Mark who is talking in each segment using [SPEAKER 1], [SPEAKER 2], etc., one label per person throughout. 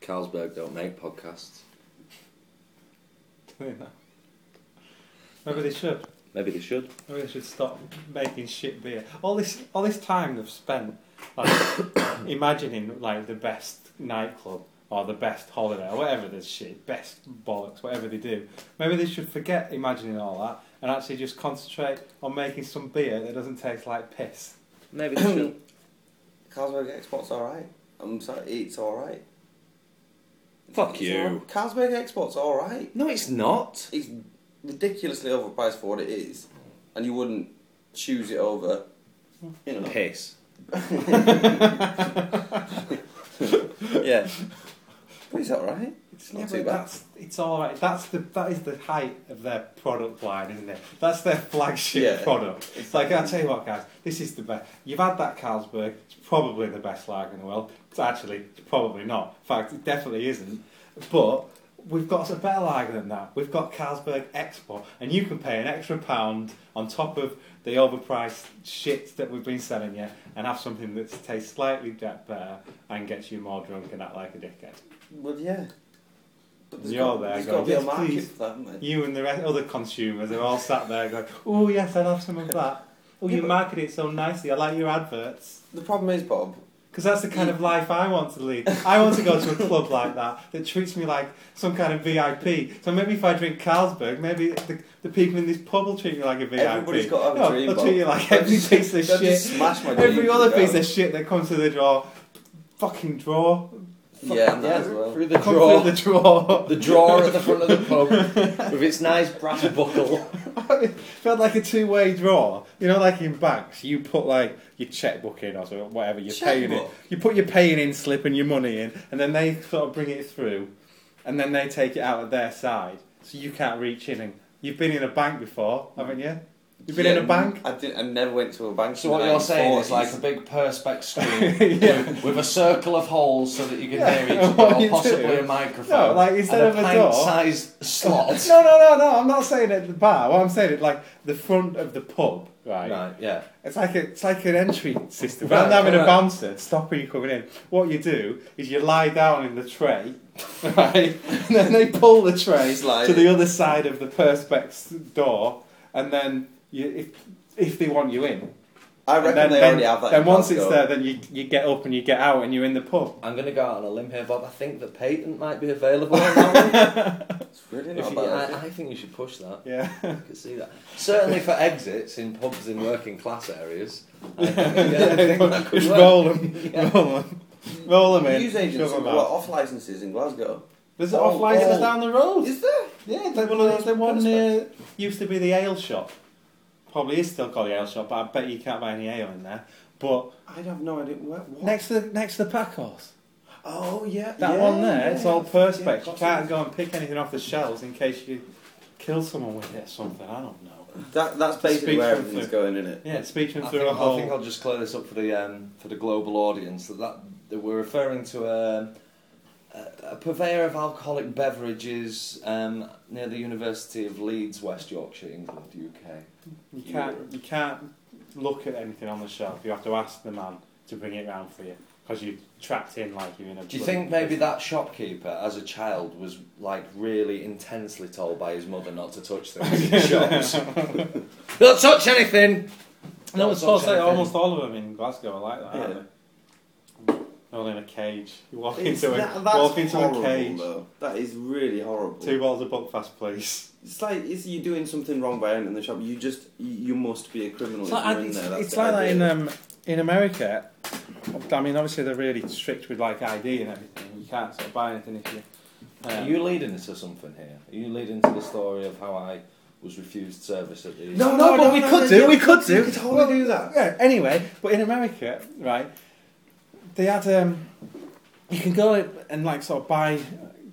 [SPEAKER 1] Carlsberg don't make podcasts.
[SPEAKER 2] Doing that. Maybe they should.
[SPEAKER 1] Maybe they should.
[SPEAKER 2] Maybe they should stop making shit beer. All this, all this time they've spent like imagining like the best nightclub or the best holiday or whatever this shit, best bollocks, whatever they do. Maybe they should forget imagining all that and actually just concentrate on making some beer that doesn't taste like piss.
[SPEAKER 1] Maybe they should.
[SPEAKER 3] Carlsberg Export's alright. I'm sorry, it's alright.
[SPEAKER 1] Fuck
[SPEAKER 3] It's
[SPEAKER 1] you.
[SPEAKER 3] alright. Carlsberg Export's alright.
[SPEAKER 1] No, it's not.
[SPEAKER 3] It's ridiculously overpriced for what it is, and you wouldn't choose it over, you know.
[SPEAKER 1] Piss.
[SPEAKER 3] yeah. But it's alright. It's not
[SPEAKER 2] Yeah,
[SPEAKER 3] too
[SPEAKER 2] but
[SPEAKER 3] bad.
[SPEAKER 2] that's it's all right. That's the that is the height of their product line, isn't it? That's their flagship
[SPEAKER 3] Yeah.
[SPEAKER 2] product. It's like I'll tell you what, guys, this is the best. You've had that Carlsberg. It's probably the best lager in the world. It's actually it's probably not. In fact, it definitely isn't. But we've got a better lager than that. We've got Carlsberg Export, and you can pay an extra pound on top of the overpriced shit that we've been selling you, and have something that tastes slightly better and gets you more drunk and act like a dickhead.
[SPEAKER 3] But yeah. But there's
[SPEAKER 2] You're
[SPEAKER 3] got,
[SPEAKER 2] there
[SPEAKER 3] there's
[SPEAKER 2] going,
[SPEAKER 3] got to be a
[SPEAKER 2] "Yes,
[SPEAKER 3] market
[SPEAKER 2] please."
[SPEAKER 3] for that, haven't there?
[SPEAKER 2] You and the rest, other consumers are all sat there going, oh yes, I'll have some of that. Oh,
[SPEAKER 3] Yeah,
[SPEAKER 2] you
[SPEAKER 3] but-
[SPEAKER 2] market it so nicely. I like your adverts.
[SPEAKER 3] The problem is, Bob,
[SPEAKER 2] Because that's the kind of life I want to lead. I want to go to a club like that that treats me like some kind of VIP. So maybe if I drink Carlsberg, maybe the, the people in this pub will treat me like a VIP.
[SPEAKER 3] Everybody's got to have a
[SPEAKER 2] no,
[SPEAKER 3] dream,
[SPEAKER 2] They'll
[SPEAKER 3] Bob.
[SPEAKER 2] treat you like every
[SPEAKER 3] Just-
[SPEAKER 2] piece of
[SPEAKER 3] they'll
[SPEAKER 2] shit.
[SPEAKER 3] just smash my
[SPEAKER 2] every
[SPEAKER 3] dream
[SPEAKER 2] other
[SPEAKER 3] to
[SPEAKER 2] piece
[SPEAKER 3] go.
[SPEAKER 2] of shit that comes to the drawer. Fucking drawer.
[SPEAKER 3] Yeah, and that as well.
[SPEAKER 1] Through the
[SPEAKER 2] Come
[SPEAKER 1] drawer.
[SPEAKER 2] through the drawer.
[SPEAKER 1] The drawer at the front of the pub with its nice brass buckle.
[SPEAKER 2] felt like a two-way draw. You know, like in banks, you put like your checkbook in or something, whatever you're paying it.
[SPEAKER 3] Checkbook?
[SPEAKER 2] You put your paying in slip and your money in, and then they sort of bring it through, and then they take it out of their side, so you can't reach in. And you've been in a bank before, haven't you? You've been
[SPEAKER 3] Yeah,
[SPEAKER 2] in a bank.
[SPEAKER 3] I, didn't, I never went to a bank.
[SPEAKER 4] So
[SPEAKER 3] in
[SPEAKER 4] what
[SPEAKER 3] the
[SPEAKER 4] you're saying is
[SPEAKER 3] 1940s.
[SPEAKER 4] like a big perspex screen
[SPEAKER 2] Yeah.
[SPEAKER 4] with, with a circle of holes so that you can hear
[SPEAKER 2] Yeah,
[SPEAKER 4] each
[SPEAKER 2] and
[SPEAKER 4] other,
[SPEAKER 2] what you
[SPEAKER 4] or possibly
[SPEAKER 2] do-
[SPEAKER 4] a microphone.
[SPEAKER 2] No, like instead
[SPEAKER 4] and
[SPEAKER 2] of a door-
[SPEAKER 4] pint-sized slot.
[SPEAKER 2] No, no, no, no. I'm not saying at the bar. What I'm saying is like the front of the pub, right?
[SPEAKER 1] Right, yeah.
[SPEAKER 2] It's like a, it's like an entry system.
[SPEAKER 1] Right,
[SPEAKER 2] Rather than having a
[SPEAKER 1] right.
[SPEAKER 2] bouncer stopping you coming in, what you do is you lie down in the tray, right? And then they pull the tray
[SPEAKER 3] Slide
[SPEAKER 2] to
[SPEAKER 3] it.
[SPEAKER 2] the other side of the perspex door, and then you, if if they want you in,
[SPEAKER 3] I
[SPEAKER 2] and
[SPEAKER 3] reckon
[SPEAKER 2] then,
[SPEAKER 3] they
[SPEAKER 2] then,
[SPEAKER 3] already have that.
[SPEAKER 2] then
[SPEAKER 3] in
[SPEAKER 2] once it's
[SPEAKER 3] Glasgow.
[SPEAKER 2] there, then you you get up and you get out and you're in the pub.
[SPEAKER 1] I'm going to go out on a limb here, Bob. I think the patent might be available on that one.
[SPEAKER 3] it's really
[SPEAKER 1] If
[SPEAKER 3] not
[SPEAKER 1] you-
[SPEAKER 3] bad.
[SPEAKER 1] I, I think you should push that.
[SPEAKER 2] Yeah.
[SPEAKER 1] I could see that. Certainly for exits in pubs in working class areas. I think, yeah, I think that could
[SPEAKER 2] Just
[SPEAKER 1] work.
[SPEAKER 2] roll them, roll them, roll them in.
[SPEAKER 3] News
[SPEAKER 2] shove
[SPEAKER 3] agents
[SPEAKER 2] 'em
[SPEAKER 3] have
[SPEAKER 2] out.
[SPEAKER 3] got off licenses in Glasgow.
[SPEAKER 2] There's an
[SPEAKER 3] Oh,
[SPEAKER 2] off license
[SPEAKER 3] oh.
[SPEAKER 2] down the road.
[SPEAKER 3] Is there?
[SPEAKER 2] Yeah, the
[SPEAKER 3] One
[SPEAKER 2] one,
[SPEAKER 3] of
[SPEAKER 2] of
[SPEAKER 3] those
[SPEAKER 2] the one
[SPEAKER 3] prospects.
[SPEAKER 2] near used to be the ale shop. Probably is still called the ale shop, but I bet you can't buy any ale in there. But
[SPEAKER 3] I have no idea. What? what?
[SPEAKER 2] next to the next to the pack horse,
[SPEAKER 3] Oh yeah,
[SPEAKER 2] that
[SPEAKER 3] yeah,
[SPEAKER 2] one there,
[SPEAKER 3] yeah,
[SPEAKER 2] it's all
[SPEAKER 3] yeah,
[SPEAKER 2] perspex. you
[SPEAKER 3] possibly.
[SPEAKER 2] can't go and pick anything off the shelves in case you kill someone with it or something. I don't know.
[SPEAKER 3] That, that's basically
[SPEAKER 2] Speech
[SPEAKER 3] where
[SPEAKER 2] from
[SPEAKER 3] everything's
[SPEAKER 2] Fluke.
[SPEAKER 3] going, isn't it?
[SPEAKER 2] Yeah, speaking
[SPEAKER 1] I
[SPEAKER 2] through
[SPEAKER 1] think,
[SPEAKER 2] a
[SPEAKER 1] I
[SPEAKER 2] hole.
[SPEAKER 1] think I'll just clear this up for the um, for the global audience that, that, that we're referring to a, a, a purveyor of alcoholic beverages um, near the University of Leeds, West Yorkshire, England, UK.
[SPEAKER 2] you can't you can't look at anything on the shelf. You have to ask the man to bring it round for you because you're trapped in like you're in a.
[SPEAKER 1] Do you
[SPEAKER 2] bloody
[SPEAKER 1] think maybe
[SPEAKER 2] prison.
[SPEAKER 1] that shopkeeper, as a child, was like really intensely told by his mother not to touch things in shops? Don't touch anything.
[SPEAKER 2] No,
[SPEAKER 1] Don't touch
[SPEAKER 2] it's supposed to
[SPEAKER 1] anything.
[SPEAKER 2] almost all of them in Glasgow are like that, aren't
[SPEAKER 3] Yeah.
[SPEAKER 2] they? They're all in a cage. You walk
[SPEAKER 3] It's-
[SPEAKER 2] into a
[SPEAKER 3] that- that's
[SPEAKER 2] walk into
[SPEAKER 3] horrible,
[SPEAKER 2] a cage.
[SPEAKER 3] Though. That is really horrible.
[SPEAKER 2] Two bottles of Buckfast, please.
[SPEAKER 3] It's like it's, you're doing something wrong by entering the shop. You just you, you must be a criminal. if you're in there. That's the idea.
[SPEAKER 2] um, in America. I mean, obviously they're really strict with like ID and everything. You can't sort of buy anything if you.
[SPEAKER 1] Are you leading us to something here? Are you leading to the story of how I was refused service at the?
[SPEAKER 4] uh,
[SPEAKER 2] No, no, but we could do, we could do.
[SPEAKER 3] You could totally
[SPEAKER 2] Well,
[SPEAKER 3] do that.
[SPEAKER 2] Yeah. Anyway, but in America, right, they had um, you can go and like sort of buy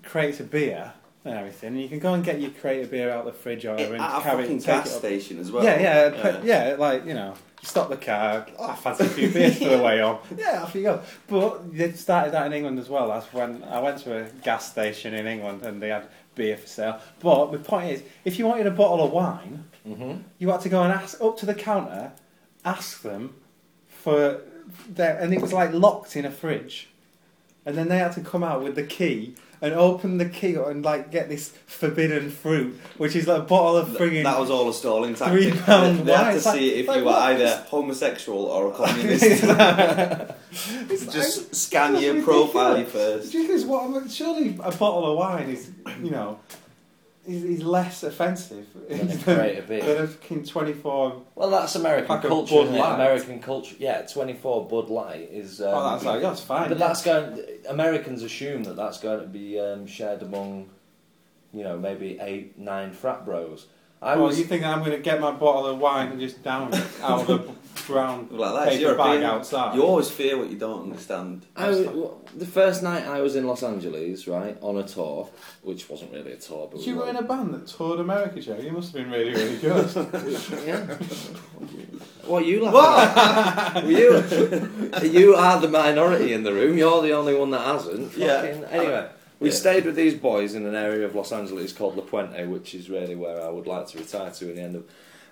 [SPEAKER 2] crates of beer and everything, and you can go and get your crate of beer out the fridge or whatever and
[SPEAKER 3] At a
[SPEAKER 2] carry it
[SPEAKER 3] fucking
[SPEAKER 2] and take
[SPEAKER 3] gas
[SPEAKER 2] it. Up.
[SPEAKER 3] station as well.
[SPEAKER 2] yeah, yeah, pe- yeah, Like you know, you stop the car. Oh, I fancy a few beers for the way home. Yeah, off you go. But they started that in England as well. That's when I went to a gas station in England and they had beer for sale. But the point is, if you wanted a bottle of wine
[SPEAKER 1] Mm-hmm.
[SPEAKER 2] you had to go and ask up to the counter, ask them for their, and it was like locked in a fridge, and then they had to come out with the key and open the key and like get this forbidden fruit, which is like a bottle of frigging.
[SPEAKER 3] That was all a stalling
[SPEAKER 2] Three
[SPEAKER 3] tactic.
[SPEAKER 2] pound
[SPEAKER 3] they, they had
[SPEAKER 2] wine.
[SPEAKER 3] to
[SPEAKER 2] It's like-
[SPEAKER 3] see if
[SPEAKER 2] like,
[SPEAKER 3] you were
[SPEAKER 2] what
[SPEAKER 3] either
[SPEAKER 2] is-
[SPEAKER 3] homosexual or a communist.
[SPEAKER 2] It's like-
[SPEAKER 3] Just scan
[SPEAKER 2] that's
[SPEAKER 3] your
[SPEAKER 2] ridiculous.
[SPEAKER 3] profile
[SPEAKER 2] Do
[SPEAKER 3] first.
[SPEAKER 2] you think it's what? I'm- surely a bottle of wine is, you know, is, is less offensive
[SPEAKER 4] Than a
[SPEAKER 2] than,
[SPEAKER 4] crate of beer.
[SPEAKER 2] than a fucking twenty four.
[SPEAKER 4] Well, that's American
[SPEAKER 2] Pack of
[SPEAKER 4] culture.
[SPEAKER 2] Bud
[SPEAKER 4] isn't it?
[SPEAKER 2] Light.
[SPEAKER 4] American culture. Yeah, 24 Bud Light is. Um,
[SPEAKER 2] oh, that's like that's fine.
[SPEAKER 4] but
[SPEAKER 2] yeah.
[SPEAKER 4] that's going. Americans assume that that's going to be um, shared among, you know, maybe eight, nine frat bros. I
[SPEAKER 2] well,
[SPEAKER 4] was.
[SPEAKER 2] you think I'm going to get my bottle of wine and just down it out of a brown
[SPEAKER 3] Like that, it's
[SPEAKER 2] paper bag
[SPEAKER 3] European.
[SPEAKER 2] outside?
[SPEAKER 3] You always fear what you don't understand.
[SPEAKER 4] I was, well, the first night I was in Los Angeles, right, on a tour, which wasn't really a tour, but we
[SPEAKER 2] You were in a band that toured America, Joe. You must have been really, really good.
[SPEAKER 4] yeah. What are you laughing at? you, you are the minority in the room. You're the only one that hasn't.
[SPEAKER 3] Yeah.
[SPEAKER 4] Fucking- Anyway, we
[SPEAKER 3] Yeah.
[SPEAKER 4] stayed with these boys in an area of Los Angeles called La Puente, which is really where I would like to retire to in the end of.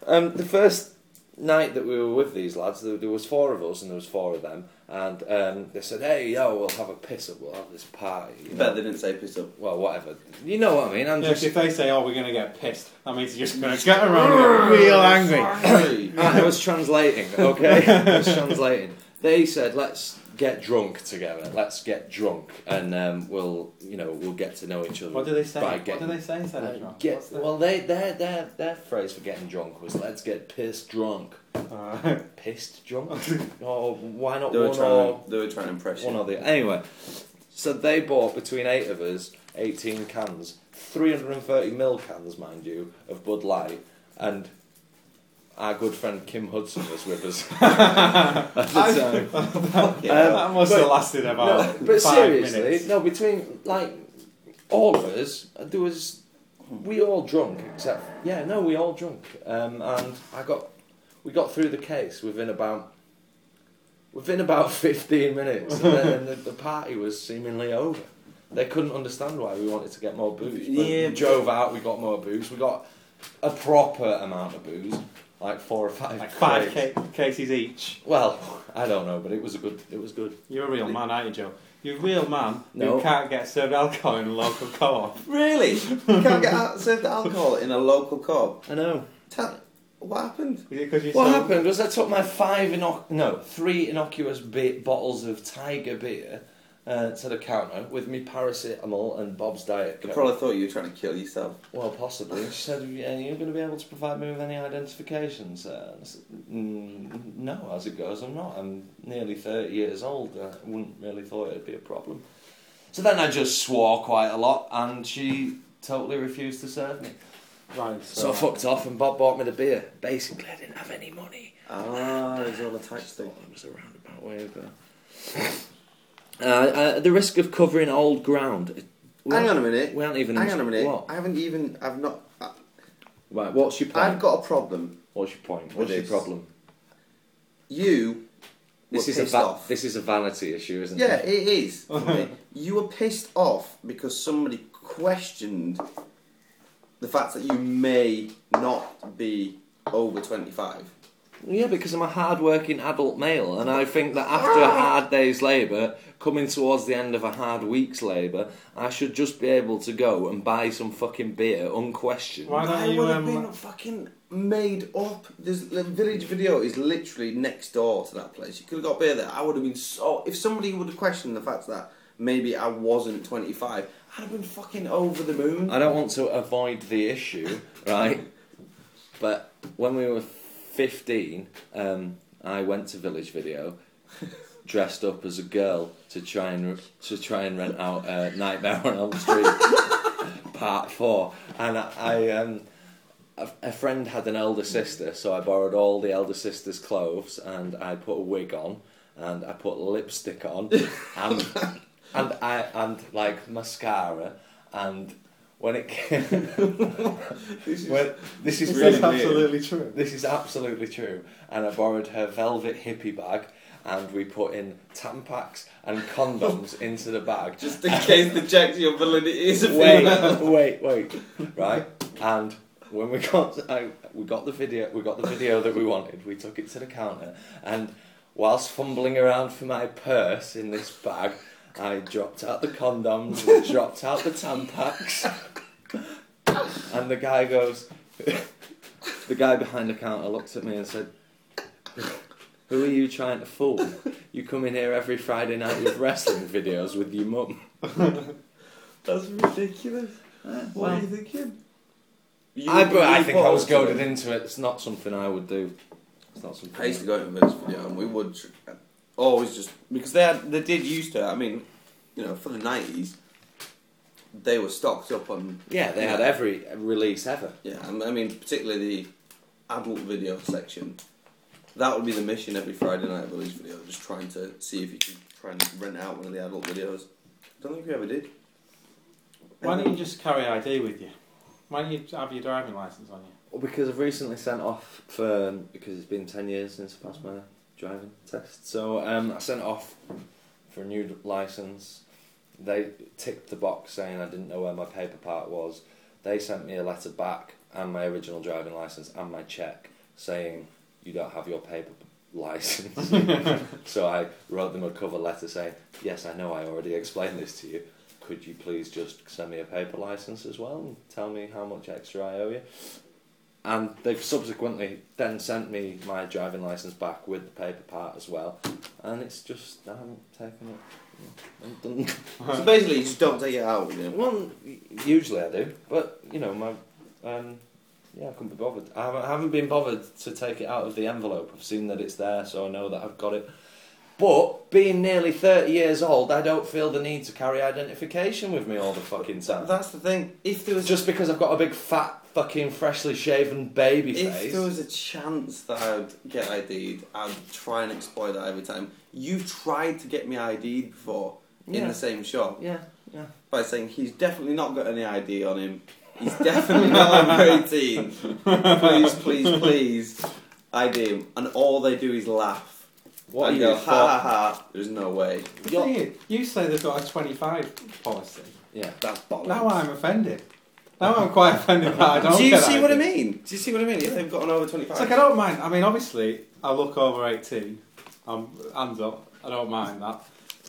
[SPEAKER 4] Um, the first night that we were with these lads, there, there was four of us and there was four of them, and um, they said, "Hey, yo, we'll have a piss up. We'll have this party." you
[SPEAKER 3] You
[SPEAKER 4] know.
[SPEAKER 3] bet they didn't say piss up.
[SPEAKER 4] Well, whatever. You know what I mean? I'm
[SPEAKER 2] Yeah,
[SPEAKER 4] just
[SPEAKER 2] if they say, "Oh, we're going to get pissed," that means you're just going to get around and get real angry.
[SPEAKER 4] I was translating, okay? I was translating. They said, let's get drunk together. Let's get drunk, and um, we'll, you know, we'll get to know each other.
[SPEAKER 2] What do they say?
[SPEAKER 4] by
[SPEAKER 2] What do
[SPEAKER 4] getting-
[SPEAKER 2] they say? Instead
[SPEAKER 4] uh,
[SPEAKER 2] of drunk?
[SPEAKER 4] get-
[SPEAKER 2] What's the-
[SPEAKER 4] well, they, their, their, their phrase for getting drunk was, let's get pissed drunk.
[SPEAKER 2] Alright.
[SPEAKER 4] Pissed drunk? or why not
[SPEAKER 3] They were
[SPEAKER 4] one
[SPEAKER 3] trying.
[SPEAKER 4] or,
[SPEAKER 3] They were trying to impress
[SPEAKER 4] one
[SPEAKER 3] you.
[SPEAKER 4] or the Anyway, so they bought, between eight of us, 18 cans. 330 mil cans, mind you, of Bud Light. And our good friend Kim Hudson was with us.
[SPEAKER 2] I-
[SPEAKER 4] time.
[SPEAKER 3] Yeah.
[SPEAKER 2] that must have lasted
[SPEAKER 4] Um, No,
[SPEAKER 2] about
[SPEAKER 4] but
[SPEAKER 2] five
[SPEAKER 4] seriously,
[SPEAKER 2] minutes.
[SPEAKER 4] no, between like all of us, there was we all drunk except yeah, no, we all drunk, um, and I got we got through the case within about within about fifteen minutes, and then the, the party was seemingly over. They couldn't understand why we wanted to get more booze. But
[SPEAKER 3] Yeah,
[SPEAKER 4] we
[SPEAKER 3] but-
[SPEAKER 4] drove out, we got more booze. We got a proper amount of booze, like four or five.
[SPEAKER 2] Like five
[SPEAKER 4] crates.
[SPEAKER 2] ca- cases each.
[SPEAKER 4] Well, I don't know, but it was a good. It was good.
[SPEAKER 2] You're a real man, aren't you, Joe? You're a real man
[SPEAKER 4] No.
[SPEAKER 2] who can't get served alcohol in a local co-op.
[SPEAKER 3] Really? You can't get out, served alcohol in a local co-op.
[SPEAKER 4] I know.
[SPEAKER 3] Ta- what happened?
[SPEAKER 2] Is it because you?
[SPEAKER 4] What
[SPEAKER 2] so-
[SPEAKER 4] happened was I took my five inoc- no three innocuous be- bottles of Tiger beer uh, to the counter with me paracetamol and Bob's diet.
[SPEAKER 3] They
[SPEAKER 4] Coke.
[SPEAKER 3] probably thought you were trying to kill yourself.
[SPEAKER 4] well, possibly. She said, "Are you going to be able to provide me with any identifications?" Uh, I said, "Mm, no, as it goes, I'm not. I'm nearly thirty years old. I wouldn't really thought it'd be a problem. So then I just swore quite a lot, and she totally refused to serve me.
[SPEAKER 2] Right.
[SPEAKER 4] So I fucked off, and Bob bought me the beer. Basically, I didn't have any money.
[SPEAKER 3] Ah, it's all a tactic.
[SPEAKER 4] It was a roundabout way of uh, uh, at the risk of covering old ground. we
[SPEAKER 3] Hang on
[SPEAKER 4] aren't-
[SPEAKER 3] a minute.
[SPEAKER 4] We aren't even.
[SPEAKER 3] Hang on a minute.
[SPEAKER 4] What?
[SPEAKER 3] I haven't even. I've not. I,
[SPEAKER 4] Right. What's your point?
[SPEAKER 3] I've got a problem.
[SPEAKER 4] What's your point?
[SPEAKER 3] With
[SPEAKER 4] What's your
[SPEAKER 3] this.
[SPEAKER 4] problem?
[SPEAKER 3] You.
[SPEAKER 4] This
[SPEAKER 3] were
[SPEAKER 4] is a
[SPEAKER 3] pissed
[SPEAKER 4] va-
[SPEAKER 3] off.
[SPEAKER 4] this is a vanity issue, isn't
[SPEAKER 3] Yeah,
[SPEAKER 4] it?
[SPEAKER 3] it is. you were pissed off because somebody questioned the fact that you may not be over 25.
[SPEAKER 4] Yeah, because I'm a hard-working adult male, and I think that after a hard day's labour, coming towards the end of a hard week's labour, I should just be able to go and buy some fucking beer unquestioned.
[SPEAKER 2] Why
[SPEAKER 3] I
[SPEAKER 2] don't you?
[SPEAKER 3] would have
[SPEAKER 2] Um,
[SPEAKER 3] been fucking made up. This the village video is literally next door to that place. You could have got beer there. I would have been so. If somebody would have questioned the fact that maybe I wasn't 25, I'd have been fucking over the moon.
[SPEAKER 4] I don't want to avoid the issue, right? But when we were 15, um, I went to Village Video dressed up as a girl to try and to try and rent out uh, Nightmare on Elm Street Part Four, and I, I um, a, a friend had an elder sister, so I borrowed all the elder sister's clothes and I put a wig on and I put lipstick on and and I and like mascara and when it came,
[SPEAKER 3] This is-
[SPEAKER 4] when, this is
[SPEAKER 2] This
[SPEAKER 4] really
[SPEAKER 2] is
[SPEAKER 4] weird.
[SPEAKER 2] absolutely true.
[SPEAKER 4] This is absolutely true. And I borrowed her velvet hippie bag, and we put in Tampax and condoms into the bag.
[SPEAKER 3] Just in case the check your validity is a female.
[SPEAKER 4] wait, wait, wait. Right, and when we got I, we got the video, we got the video that we wanted. We took it to the counter, and whilst fumbling around for my purse in this bag, I dropped out the condoms, I dropped out the Tampax. and the guy goes, the guy behind the counter looked at me and said, Who are you trying to fool? You come in here every Friday night with wrestling videos with your mum.
[SPEAKER 3] That's ridiculous. What are you thinking? You
[SPEAKER 4] I, but I
[SPEAKER 3] you
[SPEAKER 4] think I was
[SPEAKER 3] paused it.
[SPEAKER 4] goaded into it. It's not something I would do. It's not something.
[SPEAKER 3] I used to go to Vince video and we would tr- always just because they had, they did used to. I mean, you know, for the nineties, they were stocked up on
[SPEAKER 4] Yeah, they had every release ever.
[SPEAKER 3] yeah. and I mean, particularly the adult video section. That would be the mission every Friday night of Village Video, just trying to see if you could try and rent out one of the adult videos. don't think we ever did.
[SPEAKER 2] Why don't you just carry ID with you? Why don't you have your driving license on you?
[SPEAKER 4] Well, because I've recently sent off for um, because it's been ten years since I passed my driving test. So um, I sent off for a new license. They ticked the box saying I didn't know where my paper part was. They sent me a letter back and my original driving license and my check saying you don't have your paper license. so I wrote them a cover letter saying, "Yes, I know I already explained this to you. Could you please just send me a paper license as well and tell me how much extra I owe you?" and they've subsequently then sent me my driving license back with the paper part as well, and it's just I haven't taken it. I haven't done-
[SPEAKER 3] So basically, you just don't take it out with you.
[SPEAKER 4] Well, usually I do, but you know my, um, yeah, I couldn't be bothered. I haven't, I haven't been bothered to take it out of the envelope. I've seen that it's there, so I know that I've got it. But being nearly thirty years old, I don't feel the need to carry identification with me all the fucking time.
[SPEAKER 3] That's the thing. If there was
[SPEAKER 4] just because I've got a big fat fucking freshly shaven baby
[SPEAKER 3] If
[SPEAKER 4] face.
[SPEAKER 3] there was a chance that I would get ID'd, I'd try and exploit that every time. You've tried to get me ID'd before in
[SPEAKER 4] Yeah.
[SPEAKER 3] the same shop
[SPEAKER 4] yeah, yeah.
[SPEAKER 3] by saying he's definitely not got any ID on him. He's definitely not over 18. Please, please, please ID him. And all they do is laugh.
[SPEAKER 4] What
[SPEAKER 3] and
[SPEAKER 4] are
[SPEAKER 3] go,
[SPEAKER 4] you
[SPEAKER 3] ha ha ha, there's no way.
[SPEAKER 2] The thing is, you say they've got a 25 policy.
[SPEAKER 4] Yeah.
[SPEAKER 3] That's bollocks.
[SPEAKER 2] Now I'm offended. Now I'm quite offended that I don't
[SPEAKER 3] do you
[SPEAKER 2] get
[SPEAKER 3] see
[SPEAKER 2] ID.
[SPEAKER 3] what I mean? Do you see what I mean? If they've got an over 25.
[SPEAKER 2] It's like I don't mind. I mean, obviously, I look over eighteen. I'm hands up. I don't mind that.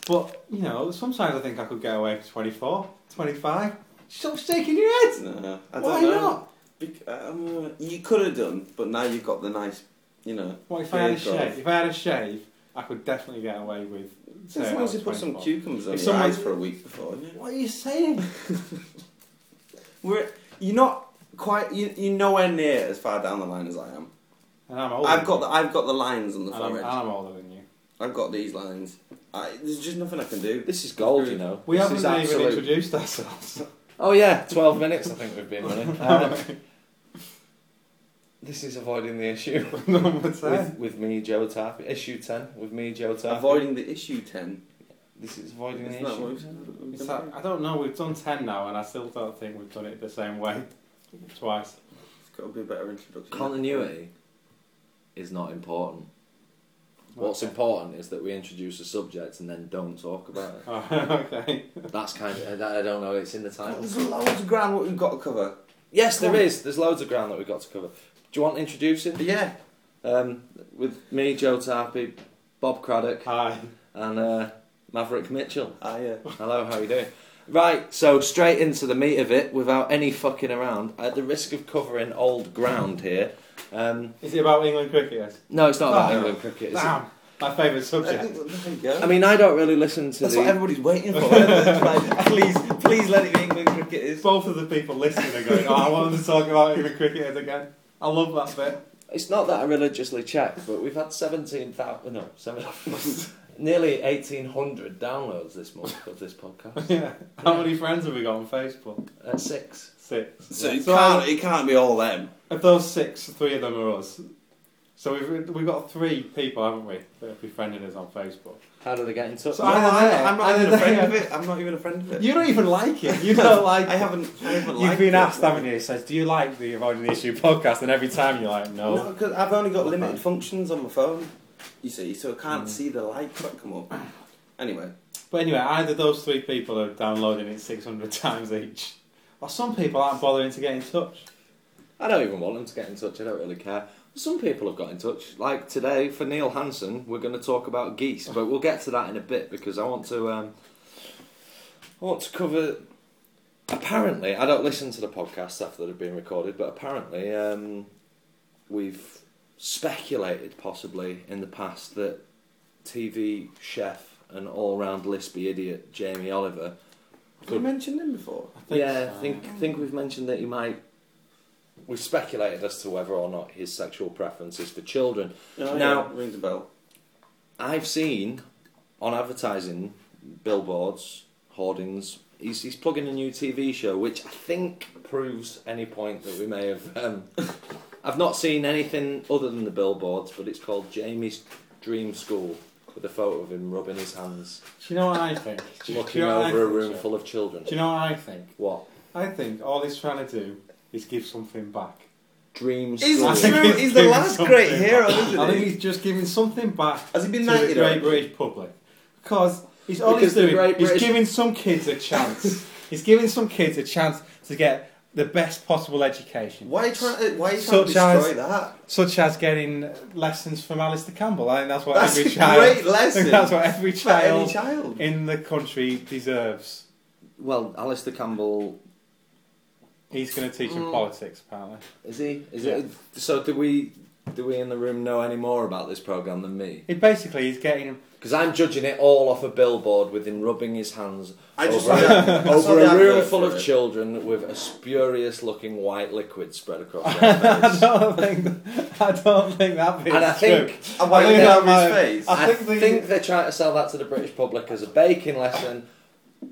[SPEAKER 2] But you know, sometimes I think I could get away with 24, 25. Stop shaking your head.
[SPEAKER 3] No, I don't
[SPEAKER 2] Why
[SPEAKER 3] know.
[SPEAKER 2] not?
[SPEAKER 3] Bec- um, you could have done, but now you've got the nice, you know.
[SPEAKER 2] What if I had a
[SPEAKER 3] beard growth.
[SPEAKER 2] shave? If I had a shave, I could definitely get away with. say,
[SPEAKER 3] As
[SPEAKER 2] I
[SPEAKER 3] long as
[SPEAKER 2] was
[SPEAKER 3] you put some
[SPEAKER 2] 24.
[SPEAKER 3] cucumbers on
[SPEAKER 2] If
[SPEAKER 3] your
[SPEAKER 2] someone-
[SPEAKER 3] eyes for a week before. wouldn't you?
[SPEAKER 2] What are you saying?
[SPEAKER 3] We're, you're not quite. You, you're nowhere near as far down the line as I am.
[SPEAKER 2] And I'm older.
[SPEAKER 3] I've
[SPEAKER 2] than
[SPEAKER 3] got
[SPEAKER 2] you.
[SPEAKER 3] the, I've got the lines on the
[SPEAKER 2] And I'm,
[SPEAKER 3] forehead.
[SPEAKER 2] and I'm older than you.
[SPEAKER 3] I've got these lines. I, there's just nothing I can do.
[SPEAKER 4] This is gold, you know.
[SPEAKER 2] We
[SPEAKER 4] This
[SPEAKER 2] haven't
[SPEAKER 4] is
[SPEAKER 2] even
[SPEAKER 4] absolute-
[SPEAKER 2] introduced ourselves.
[SPEAKER 4] Oh yeah, twelve minutes. I think we've been running. Um, this is avoiding the issue
[SPEAKER 2] Number ten.
[SPEAKER 4] with, with me, Joe Tarpy. Issue ten with me, Joe Tarpy.
[SPEAKER 3] Avoiding the issue ten.
[SPEAKER 4] This is avoiding
[SPEAKER 3] Isn't
[SPEAKER 4] the
[SPEAKER 3] that
[SPEAKER 4] issue.
[SPEAKER 3] what we've-
[SPEAKER 2] It's like, I don't know. We've done ten now, and I still don't think we've done it the same way twice.
[SPEAKER 3] It's got to be a better introduction.
[SPEAKER 4] Continuity is not important. What's
[SPEAKER 2] Okay.
[SPEAKER 4] important is that we introduce a subject and then don't talk about it.
[SPEAKER 2] Oh, okay.
[SPEAKER 4] That's kind of that I don't know. It's in the title.
[SPEAKER 3] There's loads of ground what we've got to cover.
[SPEAKER 4] Yes, there is. There's loads of ground that we've got to cover. Do you want introducing?
[SPEAKER 3] Yeah.
[SPEAKER 4] Um, with me, Joe Tarpy, Bob Craddock,
[SPEAKER 2] Hi.
[SPEAKER 4] and uh, Maverick Mitchell.
[SPEAKER 3] I, uh,
[SPEAKER 4] Hello, how you doing? Right, so straight into the meat of it without any fucking around. At the risk of covering old ground here, um,
[SPEAKER 2] Is it about England cricket?
[SPEAKER 4] no, it's not about
[SPEAKER 2] Oh,
[SPEAKER 4] England cricket. Is it?
[SPEAKER 2] Damn, my favourite subject.
[SPEAKER 3] there you go.
[SPEAKER 4] I mean, I don't really listen to
[SPEAKER 3] That's what
[SPEAKER 4] the.
[SPEAKER 3] everybody's waiting for. Like, please, please let it be England cricketers.
[SPEAKER 2] Both of the people listening are going, oh, I wanted to talk about England cricket again. I love that bit.
[SPEAKER 4] It's not that I religiously check, but we've had seventeen thousand, no, seven, nearly eighteen hundred downloads this month of this podcast.
[SPEAKER 2] Yeah. How many friends have we got on Facebook?
[SPEAKER 4] Uh, six.
[SPEAKER 2] Six.
[SPEAKER 3] So
[SPEAKER 2] Yeah.
[SPEAKER 3] it
[SPEAKER 2] So
[SPEAKER 3] can't, it can't be all them.
[SPEAKER 2] Of those six, three of them are us. So we've, we've got three people, haven't we, that have befriended us on Facebook.
[SPEAKER 4] How did I get in touch?
[SPEAKER 2] So either
[SPEAKER 3] I'm,
[SPEAKER 2] there,
[SPEAKER 3] I'm not
[SPEAKER 2] either
[SPEAKER 3] even a
[SPEAKER 2] there.
[SPEAKER 3] friend of it. I'm not even a friend of it.
[SPEAKER 2] You don't even like it. You don't like
[SPEAKER 3] I
[SPEAKER 2] it.
[SPEAKER 3] haven't. I haven't
[SPEAKER 2] You've
[SPEAKER 3] liked
[SPEAKER 2] been
[SPEAKER 3] it.
[SPEAKER 2] asked, haven't you? It says, do you like the Avoiding the Issue podcast? And every time you're like,
[SPEAKER 3] No,
[SPEAKER 2] no.
[SPEAKER 3] because I've only got limited functions on my phone. You see, so I
[SPEAKER 2] Mm.
[SPEAKER 3] can't see the like that come up. Anyway,
[SPEAKER 2] But anyway, either those three people are downloading it 600 times each, or some people aren't bothering to get in touch.
[SPEAKER 4] I don't even want them to get in touch. I don't really care. Some people have got in touch. Like today for Neil Hansen, we're going to talk about geese, but we'll get to that in a bit because I want to. Um, I want to cover. Apparently, I don't listen to the podcasts after they've been recorded, but apparently, um, we've speculated possibly in the past that TV chef and all-round lispy idiot Jamie Oliver.
[SPEAKER 3] Have you mentioned him before?
[SPEAKER 4] yeah,
[SPEAKER 2] so.
[SPEAKER 4] I think think we've mentioned that he might. We've speculated as to whether or not his sexual preference is for children.
[SPEAKER 3] No,
[SPEAKER 4] Now-
[SPEAKER 3] rings a bell.
[SPEAKER 4] I've seen on advertising billboards, hoardings. He's, he's plugging a new TV show, which I think proves any point that we may have. Um, I've not seen anything other than the billboards, but it's called Jamie's Dream School with a photo of him rubbing his hands,
[SPEAKER 2] Do you know what I think? Do you- do
[SPEAKER 4] looking
[SPEAKER 2] you know what I
[SPEAKER 4] over a
[SPEAKER 2] think,
[SPEAKER 4] room
[SPEAKER 2] Joe?
[SPEAKER 4] full of children.
[SPEAKER 2] Do you know what I think?
[SPEAKER 4] What?
[SPEAKER 2] I think all he's trying to do is give something back.
[SPEAKER 4] Dream
[SPEAKER 3] Is
[SPEAKER 4] School.
[SPEAKER 2] I think
[SPEAKER 3] true.
[SPEAKER 2] he's
[SPEAKER 3] He's the
[SPEAKER 2] doing
[SPEAKER 3] last
[SPEAKER 2] something.
[SPEAKER 3] great hero,
[SPEAKER 2] I
[SPEAKER 3] isn't
[SPEAKER 2] think
[SPEAKER 3] he?
[SPEAKER 2] he's just giving something back
[SPEAKER 3] Has he been
[SPEAKER 2] to the
[SPEAKER 3] knighted?
[SPEAKER 2] great
[SPEAKER 3] already?
[SPEAKER 2] British public because he's all
[SPEAKER 4] Because
[SPEAKER 2] he's
[SPEAKER 4] the
[SPEAKER 2] doing.
[SPEAKER 4] great
[SPEAKER 2] He's
[SPEAKER 4] British-
[SPEAKER 2] giving some kids a chance. he's giving some kids a chance to get the best possible education,
[SPEAKER 3] Why are you trying to, why are you trying
[SPEAKER 2] Such
[SPEAKER 3] to destroy
[SPEAKER 2] as-
[SPEAKER 3] that?
[SPEAKER 2] such as getting lessons from Alistair Campbell. I think that's what
[SPEAKER 3] That's a
[SPEAKER 2] every child.
[SPEAKER 3] great
[SPEAKER 2] I think
[SPEAKER 3] lesson.
[SPEAKER 2] that's what every
[SPEAKER 3] for any
[SPEAKER 2] child
[SPEAKER 3] child.
[SPEAKER 2] in the country deserves.
[SPEAKER 4] Well, Alistair Campbell
[SPEAKER 2] He's going to teach him
[SPEAKER 3] Mm.
[SPEAKER 2] politics, apparently.
[SPEAKER 4] is he? Is it? So do we? Do we in the room know any more about this program than me?
[SPEAKER 2] It basically is getting
[SPEAKER 4] Because I'm judging it all off a billboard with him rubbing his hands
[SPEAKER 3] I just
[SPEAKER 4] over,
[SPEAKER 3] saw the- I saw
[SPEAKER 4] over
[SPEAKER 3] the
[SPEAKER 4] a room
[SPEAKER 3] advert
[SPEAKER 4] full
[SPEAKER 3] for
[SPEAKER 4] of
[SPEAKER 3] it.
[SPEAKER 4] children with a spurious looking white liquid spread across their face.
[SPEAKER 2] I don't think I don't think that bit's
[SPEAKER 4] And I
[SPEAKER 2] true.
[SPEAKER 4] think,
[SPEAKER 3] And why
[SPEAKER 2] I
[SPEAKER 3] are
[SPEAKER 2] think
[SPEAKER 3] you
[SPEAKER 2] that
[SPEAKER 3] over his
[SPEAKER 2] might-
[SPEAKER 3] face?
[SPEAKER 2] I
[SPEAKER 4] I
[SPEAKER 2] think
[SPEAKER 4] think,
[SPEAKER 2] the-
[SPEAKER 4] they're trying to sell that to the British public as a baking lesson,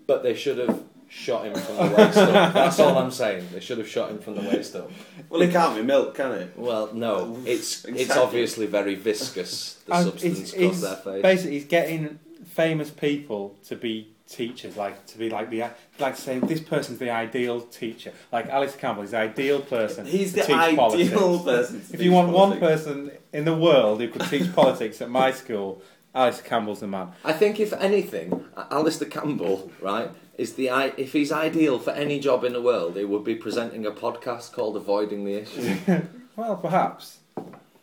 [SPEAKER 4] but they should have shot him from the waist up. That's all I'm saying. They should have shot him from the waist up.
[SPEAKER 3] Well, it can't be milk, can it?
[SPEAKER 4] Well, no, it's it's
[SPEAKER 3] Exactly.
[SPEAKER 4] obviously very viscous. The
[SPEAKER 2] And
[SPEAKER 4] substance
[SPEAKER 2] it's-
[SPEAKER 4] across
[SPEAKER 2] it's
[SPEAKER 4] their face.
[SPEAKER 2] Basically, he's getting famous people to be teachers, like to be like the like saying this person's the ideal teacher, like Alice Campbell is the ideal person.
[SPEAKER 3] He's
[SPEAKER 2] to
[SPEAKER 3] the
[SPEAKER 2] teach
[SPEAKER 3] ideal
[SPEAKER 2] politics.
[SPEAKER 3] person. to
[SPEAKER 2] If
[SPEAKER 3] teach
[SPEAKER 2] you want one
[SPEAKER 3] politics.
[SPEAKER 2] person in the world who could teach politics at my school, Alice Campbell's the man.
[SPEAKER 4] I think if anything, Alistair Campbell, right, is the i- if he's ideal for any job in the world, he would be presenting a podcast called "Avoiding the Issue."
[SPEAKER 2] Well, perhaps.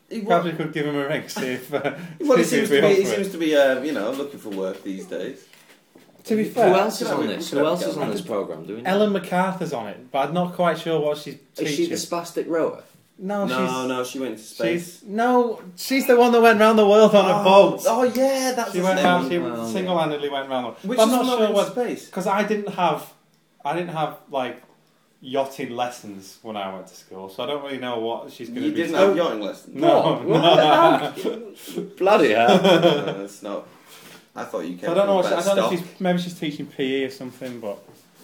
[SPEAKER 3] He wa-
[SPEAKER 2] Perhaps we could give him a ring, see if. Uh,
[SPEAKER 3] well, he
[SPEAKER 2] see if
[SPEAKER 3] seems to be,
[SPEAKER 2] he'd
[SPEAKER 3] he
[SPEAKER 2] up for it.
[SPEAKER 3] seems to be, uh, you know, looking for work these days.
[SPEAKER 2] To be
[SPEAKER 4] Who
[SPEAKER 2] fair,
[SPEAKER 4] else is
[SPEAKER 3] yeah,
[SPEAKER 4] on
[SPEAKER 3] we-
[SPEAKER 4] this?
[SPEAKER 3] we
[SPEAKER 4] Who
[SPEAKER 3] could have
[SPEAKER 4] else
[SPEAKER 3] a
[SPEAKER 4] is
[SPEAKER 3] go.
[SPEAKER 4] on this program? Do we know?
[SPEAKER 2] Ellen MacArthur's on it, but I'm not quite sure what she's teaching.
[SPEAKER 4] is she the spastic rower?
[SPEAKER 2] No,
[SPEAKER 3] No,
[SPEAKER 2] she's
[SPEAKER 3] no, she went to space.
[SPEAKER 2] She's no, she's the one that went round the world on a boat.
[SPEAKER 3] Oh, yeah, that's
[SPEAKER 2] she
[SPEAKER 3] his
[SPEAKER 2] went
[SPEAKER 3] name.
[SPEAKER 2] round. She
[SPEAKER 4] Oh, yeah.
[SPEAKER 2] single-handedly went round.
[SPEAKER 3] Which
[SPEAKER 2] But I'm
[SPEAKER 3] is
[SPEAKER 2] not
[SPEAKER 3] not
[SPEAKER 2] sure
[SPEAKER 3] in
[SPEAKER 2] what
[SPEAKER 3] space.
[SPEAKER 2] because I didn't have, I didn't have like yachting lessons when I went to school, so I don't really know what she's going to
[SPEAKER 3] You
[SPEAKER 2] be.
[SPEAKER 3] didn't
[SPEAKER 2] doing.
[SPEAKER 3] have yachting lessons.
[SPEAKER 2] no,
[SPEAKER 4] What? Bloody hell!
[SPEAKER 3] no, that's not. I thought you came
[SPEAKER 2] So I don't know. What
[SPEAKER 3] from
[SPEAKER 2] she,
[SPEAKER 3] a
[SPEAKER 2] I
[SPEAKER 3] better
[SPEAKER 2] don't know
[SPEAKER 3] stock.
[SPEAKER 2] if she's maybe she's teaching PE or something, but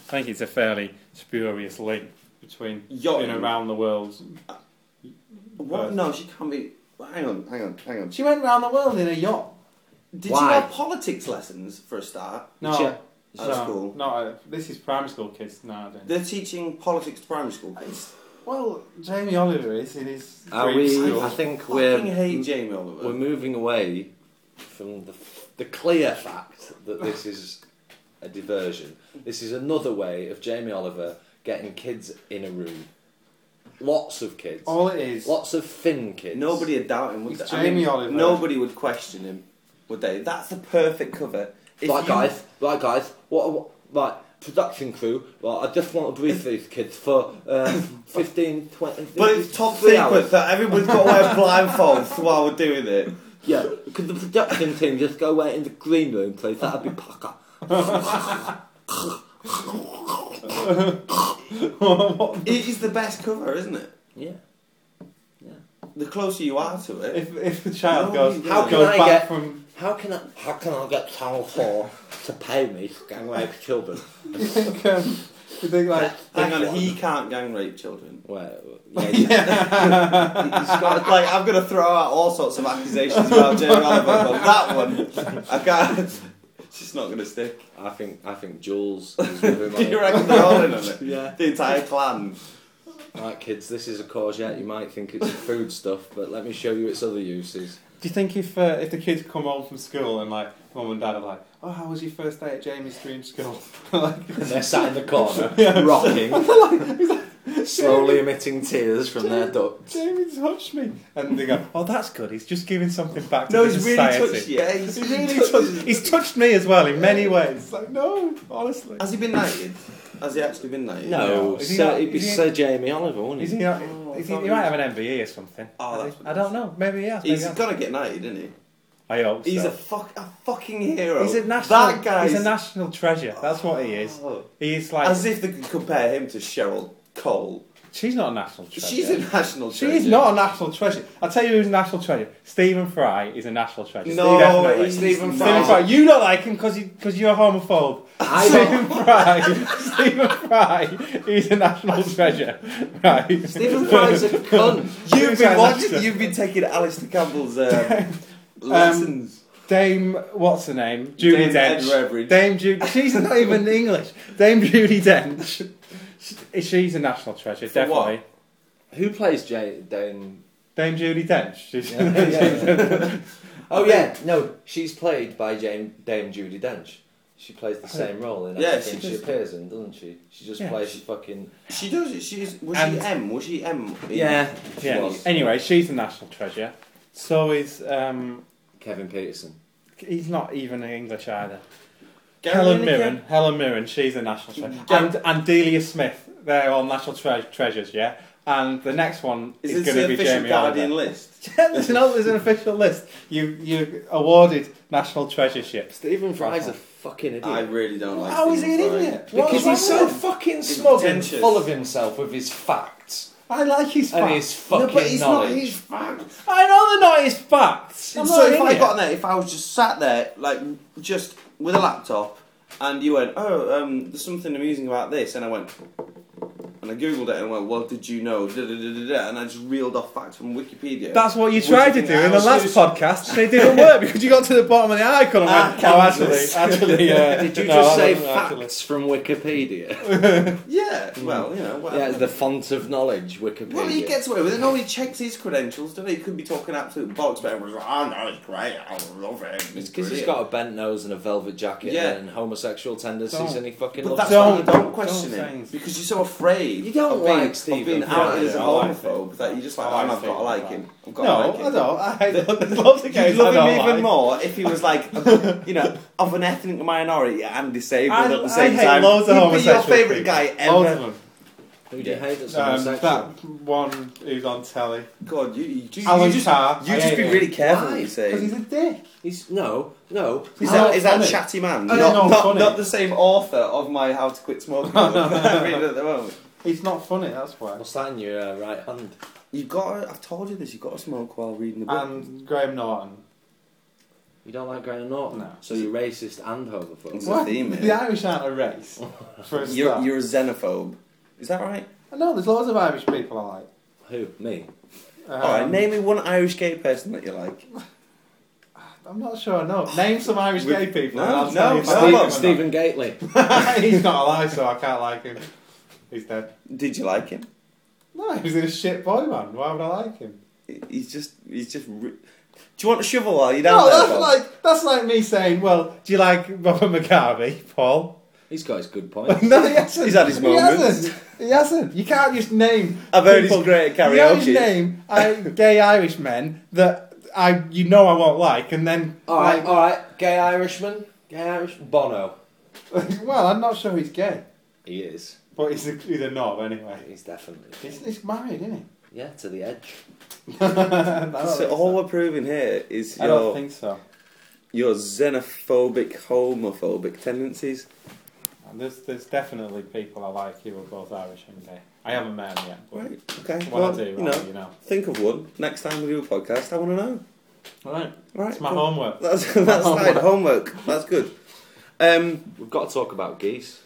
[SPEAKER 2] I think it's a fairly spurious link between
[SPEAKER 3] Yachting.
[SPEAKER 2] being around the world.
[SPEAKER 3] What? No, she can't be. Hang on, hang on, hang on.
[SPEAKER 2] She went round the world in a yacht.
[SPEAKER 3] Did
[SPEAKER 4] Why?
[SPEAKER 3] you have politics lessons for a start?
[SPEAKER 2] No,
[SPEAKER 4] Yeah.
[SPEAKER 3] At
[SPEAKER 2] no,
[SPEAKER 3] school.
[SPEAKER 2] No, I- this is primary school kids nowadays.
[SPEAKER 3] They're teaching politics to primary school kids.
[SPEAKER 2] Well, Jamie Oliver is in his
[SPEAKER 4] Are
[SPEAKER 2] dream
[SPEAKER 4] we?
[SPEAKER 2] school.
[SPEAKER 4] I think
[SPEAKER 3] Fucking hate
[SPEAKER 4] we're
[SPEAKER 3] Jamie
[SPEAKER 4] we're
[SPEAKER 3] Oliver.
[SPEAKER 4] moving away from the the clear fact that this is a diversion. This is another way of Jamie Oliver getting kids in a room. Lots of kids.
[SPEAKER 2] All it is.
[SPEAKER 4] Lots of thin kids.
[SPEAKER 3] Oh, Nobody would doubt him. Would
[SPEAKER 2] It's
[SPEAKER 3] they? I mean,
[SPEAKER 2] Jamie Oliver.
[SPEAKER 3] Nobody would question him, would they? That's the perfect cover. If
[SPEAKER 4] Right,
[SPEAKER 3] you-
[SPEAKER 4] guys. Right, guys. What? what right. Production crew, right, I just want to brief these kids for uh, 15, 20...
[SPEAKER 3] But it's top
[SPEAKER 4] three
[SPEAKER 3] secret that everyone's got to wear blindfolds while we're doing it.
[SPEAKER 4] Yeah, could the production team just go away in the green room, please? That'd be pucker.
[SPEAKER 2] What-
[SPEAKER 3] It is the best cover, isn't it?
[SPEAKER 4] Yeah.
[SPEAKER 3] The closer you are to it.
[SPEAKER 2] if, if the child
[SPEAKER 3] No,
[SPEAKER 2] goes,
[SPEAKER 3] you
[SPEAKER 2] how
[SPEAKER 4] don't.
[SPEAKER 2] goes
[SPEAKER 4] Can I
[SPEAKER 2] back
[SPEAKER 4] get-
[SPEAKER 2] from.
[SPEAKER 4] How can I, how can I get Channel 4 to pay me to gang rape children?
[SPEAKER 2] you think, um, you think like.
[SPEAKER 3] Hang on, he can't gang rape children.
[SPEAKER 4] Well, yeah.
[SPEAKER 3] Like, like, I'm going to throw out all sorts of accusations about Jamie Oliver, but that one, I can't. It's just not going to stick.
[SPEAKER 4] I think I think Jules is with him.
[SPEAKER 3] Do you
[SPEAKER 4] on it.
[SPEAKER 3] reckon they're all in on it?
[SPEAKER 4] Yeah.
[SPEAKER 3] The entire clan.
[SPEAKER 4] Right, kids, this is a courgette. You might think it's food stuff, but let me show you its other uses.
[SPEAKER 2] Do you think if uh, if the kids come home from school and like mum and dad are like, "Oh, how was your first day at Jamie's dream school?" like,
[SPEAKER 4] And they're sat in the corner,
[SPEAKER 2] Yeah.
[SPEAKER 4] rocking, slowly emitting tears from their ducts.
[SPEAKER 2] Jamie touched me, and they go, "Oh, that's good. He's just giving something back to
[SPEAKER 3] No,
[SPEAKER 2] the
[SPEAKER 3] he's really
[SPEAKER 2] society."
[SPEAKER 3] touched you. Yeah, he's
[SPEAKER 2] He's really touched. He's touched me as well in many ways. It's like, no, honestly.
[SPEAKER 3] Has he been knighted? Has he actually been knighted?
[SPEAKER 4] No,
[SPEAKER 2] No. Is he
[SPEAKER 4] Sir,
[SPEAKER 2] not-
[SPEAKER 4] it'd be
[SPEAKER 2] is he-
[SPEAKER 4] Sir Jamie Oliver, wouldn't
[SPEAKER 2] Is
[SPEAKER 4] it?
[SPEAKER 2] he not?
[SPEAKER 3] Oh, I
[SPEAKER 2] is he,
[SPEAKER 3] thought
[SPEAKER 2] he
[SPEAKER 3] he
[SPEAKER 2] might
[SPEAKER 3] was-
[SPEAKER 2] have an MBE or something.
[SPEAKER 3] Oh,
[SPEAKER 2] Has
[SPEAKER 3] that's
[SPEAKER 2] he?
[SPEAKER 3] what
[SPEAKER 2] I
[SPEAKER 3] it
[SPEAKER 2] don't know. Maybe he has. Maybe
[SPEAKER 3] He's
[SPEAKER 2] not.
[SPEAKER 3] gonna get knighted, isn't he?
[SPEAKER 2] I hope
[SPEAKER 3] He's
[SPEAKER 2] so.
[SPEAKER 3] a fuck a fucking hero.
[SPEAKER 2] He's a national.
[SPEAKER 3] That guy. Oh.
[SPEAKER 2] He's a national treasure. That's what he is. He is like.
[SPEAKER 3] As if they could compare him to Cheryl Cole.
[SPEAKER 2] she's not a national treasure.
[SPEAKER 3] She's a national.
[SPEAKER 2] She
[SPEAKER 3] treasure.
[SPEAKER 2] is not a national treasure. I'll tell you who's a national treasure. Stephen Fry is a national treasure.
[SPEAKER 3] No,
[SPEAKER 2] Definitely.
[SPEAKER 3] he's
[SPEAKER 2] Stephen
[SPEAKER 3] Stephen
[SPEAKER 2] Fry.
[SPEAKER 3] Fry.
[SPEAKER 2] You don't like him because because you're a homophobe.
[SPEAKER 4] I
[SPEAKER 2] Stephen Fry. Stephen Fry is a national treasure. Right.
[SPEAKER 3] Stephen Fry's a cunt.
[SPEAKER 2] Who's
[SPEAKER 3] You've
[SPEAKER 2] a
[SPEAKER 3] been watching.
[SPEAKER 2] national-
[SPEAKER 3] You've been taking Alistair Campbell's um, lessons.
[SPEAKER 2] Dame, what's her name? Judy
[SPEAKER 3] Dame Ed
[SPEAKER 2] Dench.
[SPEAKER 3] Reveridge.
[SPEAKER 2] Dame Judy. She's not even English. Dame Judy Dench. She- She's a national treasure,
[SPEAKER 3] For what?
[SPEAKER 2] definitely.
[SPEAKER 4] Who plays Jane? Dane?
[SPEAKER 2] Dame Judy Dench. She's
[SPEAKER 4] Yeah, yeah. oh yeah, no, she's played by Jane, Dame Judy Dench. She plays the same role in
[SPEAKER 3] Yeah,
[SPEAKER 4] everything
[SPEAKER 3] she
[SPEAKER 4] she,
[SPEAKER 3] does.
[SPEAKER 4] appears in, doesn't she? She just
[SPEAKER 2] Yeah.
[SPEAKER 4] plays fucking
[SPEAKER 3] She does. it. She is. Was
[SPEAKER 2] And-
[SPEAKER 3] she M? Was she M? in-
[SPEAKER 4] yeah. She
[SPEAKER 2] Yeah.
[SPEAKER 4] was.
[SPEAKER 2] Anyway, she's a national treasure. So is um,
[SPEAKER 4] Kevin Peterson.
[SPEAKER 2] he's not even English either.
[SPEAKER 3] Gary
[SPEAKER 2] Helen
[SPEAKER 3] Lineker?
[SPEAKER 2] Mirren. Helen Mirren. She's a national treasure.
[SPEAKER 3] Gar-
[SPEAKER 2] And and Delia Smith. They're all national tre- treasures. Yeah. And the next one
[SPEAKER 3] Is
[SPEAKER 2] is,
[SPEAKER 3] this
[SPEAKER 2] going to
[SPEAKER 3] the
[SPEAKER 2] be
[SPEAKER 3] official
[SPEAKER 2] Jamie Oliver.
[SPEAKER 3] Guardian list?
[SPEAKER 2] Yeah, there's, no, there's an official list. You you awarded national treasureships.
[SPEAKER 4] Stephen Fry's a fucking idiot.
[SPEAKER 3] I really don't like.
[SPEAKER 2] How is
[SPEAKER 3] Stephen
[SPEAKER 2] he an
[SPEAKER 3] Fry.
[SPEAKER 2] idiot? What
[SPEAKER 4] because
[SPEAKER 2] is wrong
[SPEAKER 4] he's so
[SPEAKER 2] with him?
[SPEAKER 4] fucking smug and
[SPEAKER 3] Pretentious.
[SPEAKER 4] full of himself with his facts
[SPEAKER 2] I like his
[SPEAKER 4] and
[SPEAKER 2] facts.
[SPEAKER 4] his fucking
[SPEAKER 3] no, but he's
[SPEAKER 4] knowledge.
[SPEAKER 3] not. He's fat.
[SPEAKER 2] I know they're not his facts. I'm
[SPEAKER 3] so
[SPEAKER 2] not
[SPEAKER 3] if
[SPEAKER 2] an
[SPEAKER 3] I
[SPEAKER 2] idiot.
[SPEAKER 3] got there, if I was just sat there, like just with a laptop, and you went, "Oh, um, there's something amusing about this," and I went, and I googled it and went, "Well, did you know?" Da, da, da, da, da, and I just reeled off facts from Wikipedia.
[SPEAKER 2] That's what you
[SPEAKER 3] Would
[SPEAKER 2] tried to
[SPEAKER 3] think
[SPEAKER 2] do
[SPEAKER 3] I
[SPEAKER 2] in the
[SPEAKER 3] was
[SPEAKER 2] last
[SPEAKER 3] just-
[SPEAKER 2] podcast. and It didn't work because you got to the bottom of the icon and
[SPEAKER 3] Ah,
[SPEAKER 2] went, "Oh, actually,
[SPEAKER 3] canvas."
[SPEAKER 2] actually, yeah."
[SPEAKER 4] Did you
[SPEAKER 2] no,
[SPEAKER 4] just
[SPEAKER 2] I
[SPEAKER 4] say
[SPEAKER 2] don't know,
[SPEAKER 4] facts
[SPEAKER 2] actually.
[SPEAKER 4] from Wikipedia?
[SPEAKER 3] Yeah. Well, you know.
[SPEAKER 4] yeah,
[SPEAKER 3] Whatever.
[SPEAKER 4] the font of knowledge, Wikipedia.
[SPEAKER 3] well, he gets away with it. Nobody checks his credentials, do they? He could be talking absolute bollocks, but everyone's like, "Oh no, it's great. I love it."
[SPEAKER 4] It's because he's got a bent nose and a velvet jacket
[SPEAKER 3] Yeah.
[SPEAKER 4] and homosexual tendencies,
[SPEAKER 2] Don't.
[SPEAKER 4] and he fucking
[SPEAKER 3] But
[SPEAKER 4] loves
[SPEAKER 3] that's why you
[SPEAKER 2] Don't-
[SPEAKER 3] don't question
[SPEAKER 2] don't say
[SPEAKER 3] it
[SPEAKER 2] anything.
[SPEAKER 3] because you're so afraid.
[SPEAKER 4] You don't
[SPEAKER 3] of being,
[SPEAKER 4] like
[SPEAKER 3] of
[SPEAKER 4] Stephen
[SPEAKER 3] being
[SPEAKER 4] Fry,
[SPEAKER 3] outed as a
[SPEAKER 2] I like
[SPEAKER 3] homophobe that you just like.
[SPEAKER 2] I
[SPEAKER 3] Oh,
[SPEAKER 2] like
[SPEAKER 3] I've got to
[SPEAKER 2] Stephen
[SPEAKER 3] like
[SPEAKER 2] Fry.
[SPEAKER 3] him. I've got
[SPEAKER 2] No,
[SPEAKER 3] to like him.
[SPEAKER 2] I don't. I don't. There's lots of
[SPEAKER 3] You'd
[SPEAKER 2] games
[SPEAKER 3] love
[SPEAKER 2] I
[SPEAKER 3] him
[SPEAKER 2] don't
[SPEAKER 3] even
[SPEAKER 2] like.
[SPEAKER 3] more if he was like, you know, of an ethnic minority and disabled
[SPEAKER 2] I,
[SPEAKER 3] at the
[SPEAKER 2] I
[SPEAKER 3] same
[SPEAKER 2] hate
[SPEAKER 3] time.
[SPEAKER 2] loads of
[SPEAKER 3] He'd be your
[SPEAKER 2] homosexual
[SPEAKER 3] favourite
[SPEAKER 2] people.
[SPEAKER 3] guy
[SPEAKER 2] Loads of
[SPEAKER 3] ever.
[SPEAKER 2] them.
[SPEAKER 4] Who do you hate that's
[SPEAKER 2] Um,
[SPEAKER 4] homosexual?
[SPEAKER 2] that one who's on telly.
[SPEAKER 3] God, you, you, just-
[SPEAKER 2] Alan
[SPEAKER 3] you just,
[SPEAKER 2] Carr.
[SPEAKER 3] you
[SPEAKER 2] I
[SPEAKER 3] just
[SPEAKER 2] hate
[SPEAKER 3] be
[SPEAKER 2] him.
[SPEAKER 3] really careful what
[SPEAKER 4] Why?
[SPEAKER 3] you
[SPEAKER 2] Because he's
[SPEAKER 3] say.
[SPEAKER 2] a dick.
[SPEAKER 4] He's no, no.
[SPEAKER 3] Is
[SPEAKER 2] How
[SPEAKER 3] that, is that
[SPEAKER 2] funny.
[SPEAKER 3] chatty man?
[SPEAKER 2] I
[SPEAKER 3] Not,
[SPEAKER 2] don't know,
[SPEAKER 3] not,
[SPEAKER 2] funny.
[SPEAKER 3] not the same author of my How to Quit Smoking book that I'm reading at the moment.
[SPEAKER 2] He's not funny, that's why.
[SPEAKER 4] What's that in your uh, right hand?
[SPEAKER 3] You've got to, I've told you this, you've got to smoke while reading the book.
[SPEAKER 2] And Graham Norton.
[SPEAKER 4] You don't like Graham Norton,
[SPEAKER 2] No.
[SPEAKER 4] so you're racist and homophobe.
[SPEAKER 3] It's a
[SPEAKER 2] What?
[SPEAKER 3] theme,
[SPEAKER 2] the
[SPEAKER 3] yeah.
[SPEAKER 2] Irish aren't a race. For a
[SPEAKER 3] You're,
[SPEAKER 2] start.
[SPEAKER 3] you're a xenophobe. Is that right?
[SPEAKER 2] No, there's loads of Irish people I like.
[SPEAKER 4] Who? Me?
[SPEAKER 2] Um,
[SPEAKER 3] Alright, name me one Irish gay person that you like.
[SPEAKER 2] I'm not sure. No, name some Irish
[SPEAKER 3] We-
[SPEAKER 2] gay people.
[SPEAKER 3] No,
[SPEAKER 2] and I'll
[SPEAKER 3] no,
[SPEAKER 2] tell you
[SPEAKER 3] no,
[SPEAKER 2] if I
[SPEAKER 3] Steve-
[SPEAKER 2] like him or
[SPEAKER 4] Stephen Gately.
[SPEAKER 2] not. He's not alive, so I can't like him. He's dead.
[SPEAKER 3] Did you like him?
[SPEAKER 2] No, he was in a shit boy band. Why would I like him?
[SPEAKER 3] He- He's just, he's just. Re- Do you want a shovel while you're down
[SPEAKER 2] No,
[SPEAKER 3] there?
[SPEAKER 2] that's
[SPEAKER 3] Bob?
[SPEAKER 2] like that's like me saying, "Well, do you like Robert McCarvey, Paul?"
[SPEAKER 4] He's got his good points.
[SPEAKER 2] No, he hasn't.
[SPEAKER 3] He's had his
[SPEAKER 2] He
[SPEAKER 3] moments.
[SPEAKER 2] hasn't. He hasn't. You can't just name.
[SPEAKER 3] I've heard
[SPEAKER 2] people-
[SPEAKER 3] he's great at
[SPEAKER 2] You can't just
[SPEAKER 3] karaoke.
[SPEAKER 2] name I, gay Irish men that I you know I won't like, and then
[SPEAKER 4] all right,
[SPEAKER 2] like,
[SPEAKER 4] all right. Gay Irishman. Gay Irish. Bono.
[SPEAKER 2] well, I'm not sure he's gay,
[SPEAKER 4] He is.
[SPEAKER 2] but he's a, he's a knob anyway.
[SPEAKER 4] He's definitely.
[SPEAKER 2] He's, he's married, isn't he?
[SPEAKER 4] Yeah, to the edge.
[SPEAKER 2] No,
[SPEAKER 3] So all we're proving here is
[SPEAKER 2] I don't
[SPEAKER 3] your
[SPEAKER 2] think so.
[SPEAKER 3] your xenophobic, homophobic tendencies.
[SPEAKER 2] There's, there's definitely people I like who are both Irish and gay. I haven't met them yet, but
[SPEAKER 3] Right. Okay.
[SPEAKER 2] when
[SPEAKER 3] Well,
[SPEAKER 2] I do,
[SPEAKER 3] you
[SPEAKER 2] I'll
[SPEAKER 3] know,
[SPEAKER 2] let you know.
[SPEAKER 3] think of one next time we do a podcast. I want to know.
[SPEAKER 2] All right,
[SPEAKER 3] All right.
[SPEAKER 2] it's my
[SPEAKER 3] cool.
[SPEAKER 2] homework.
[SPEAKER 3] That's that's
[SPEAKER 2] homework.
[SPEAKER 3] right. Homework. That's good. Um,
[SPEAKER 4] We've got to talk about geese.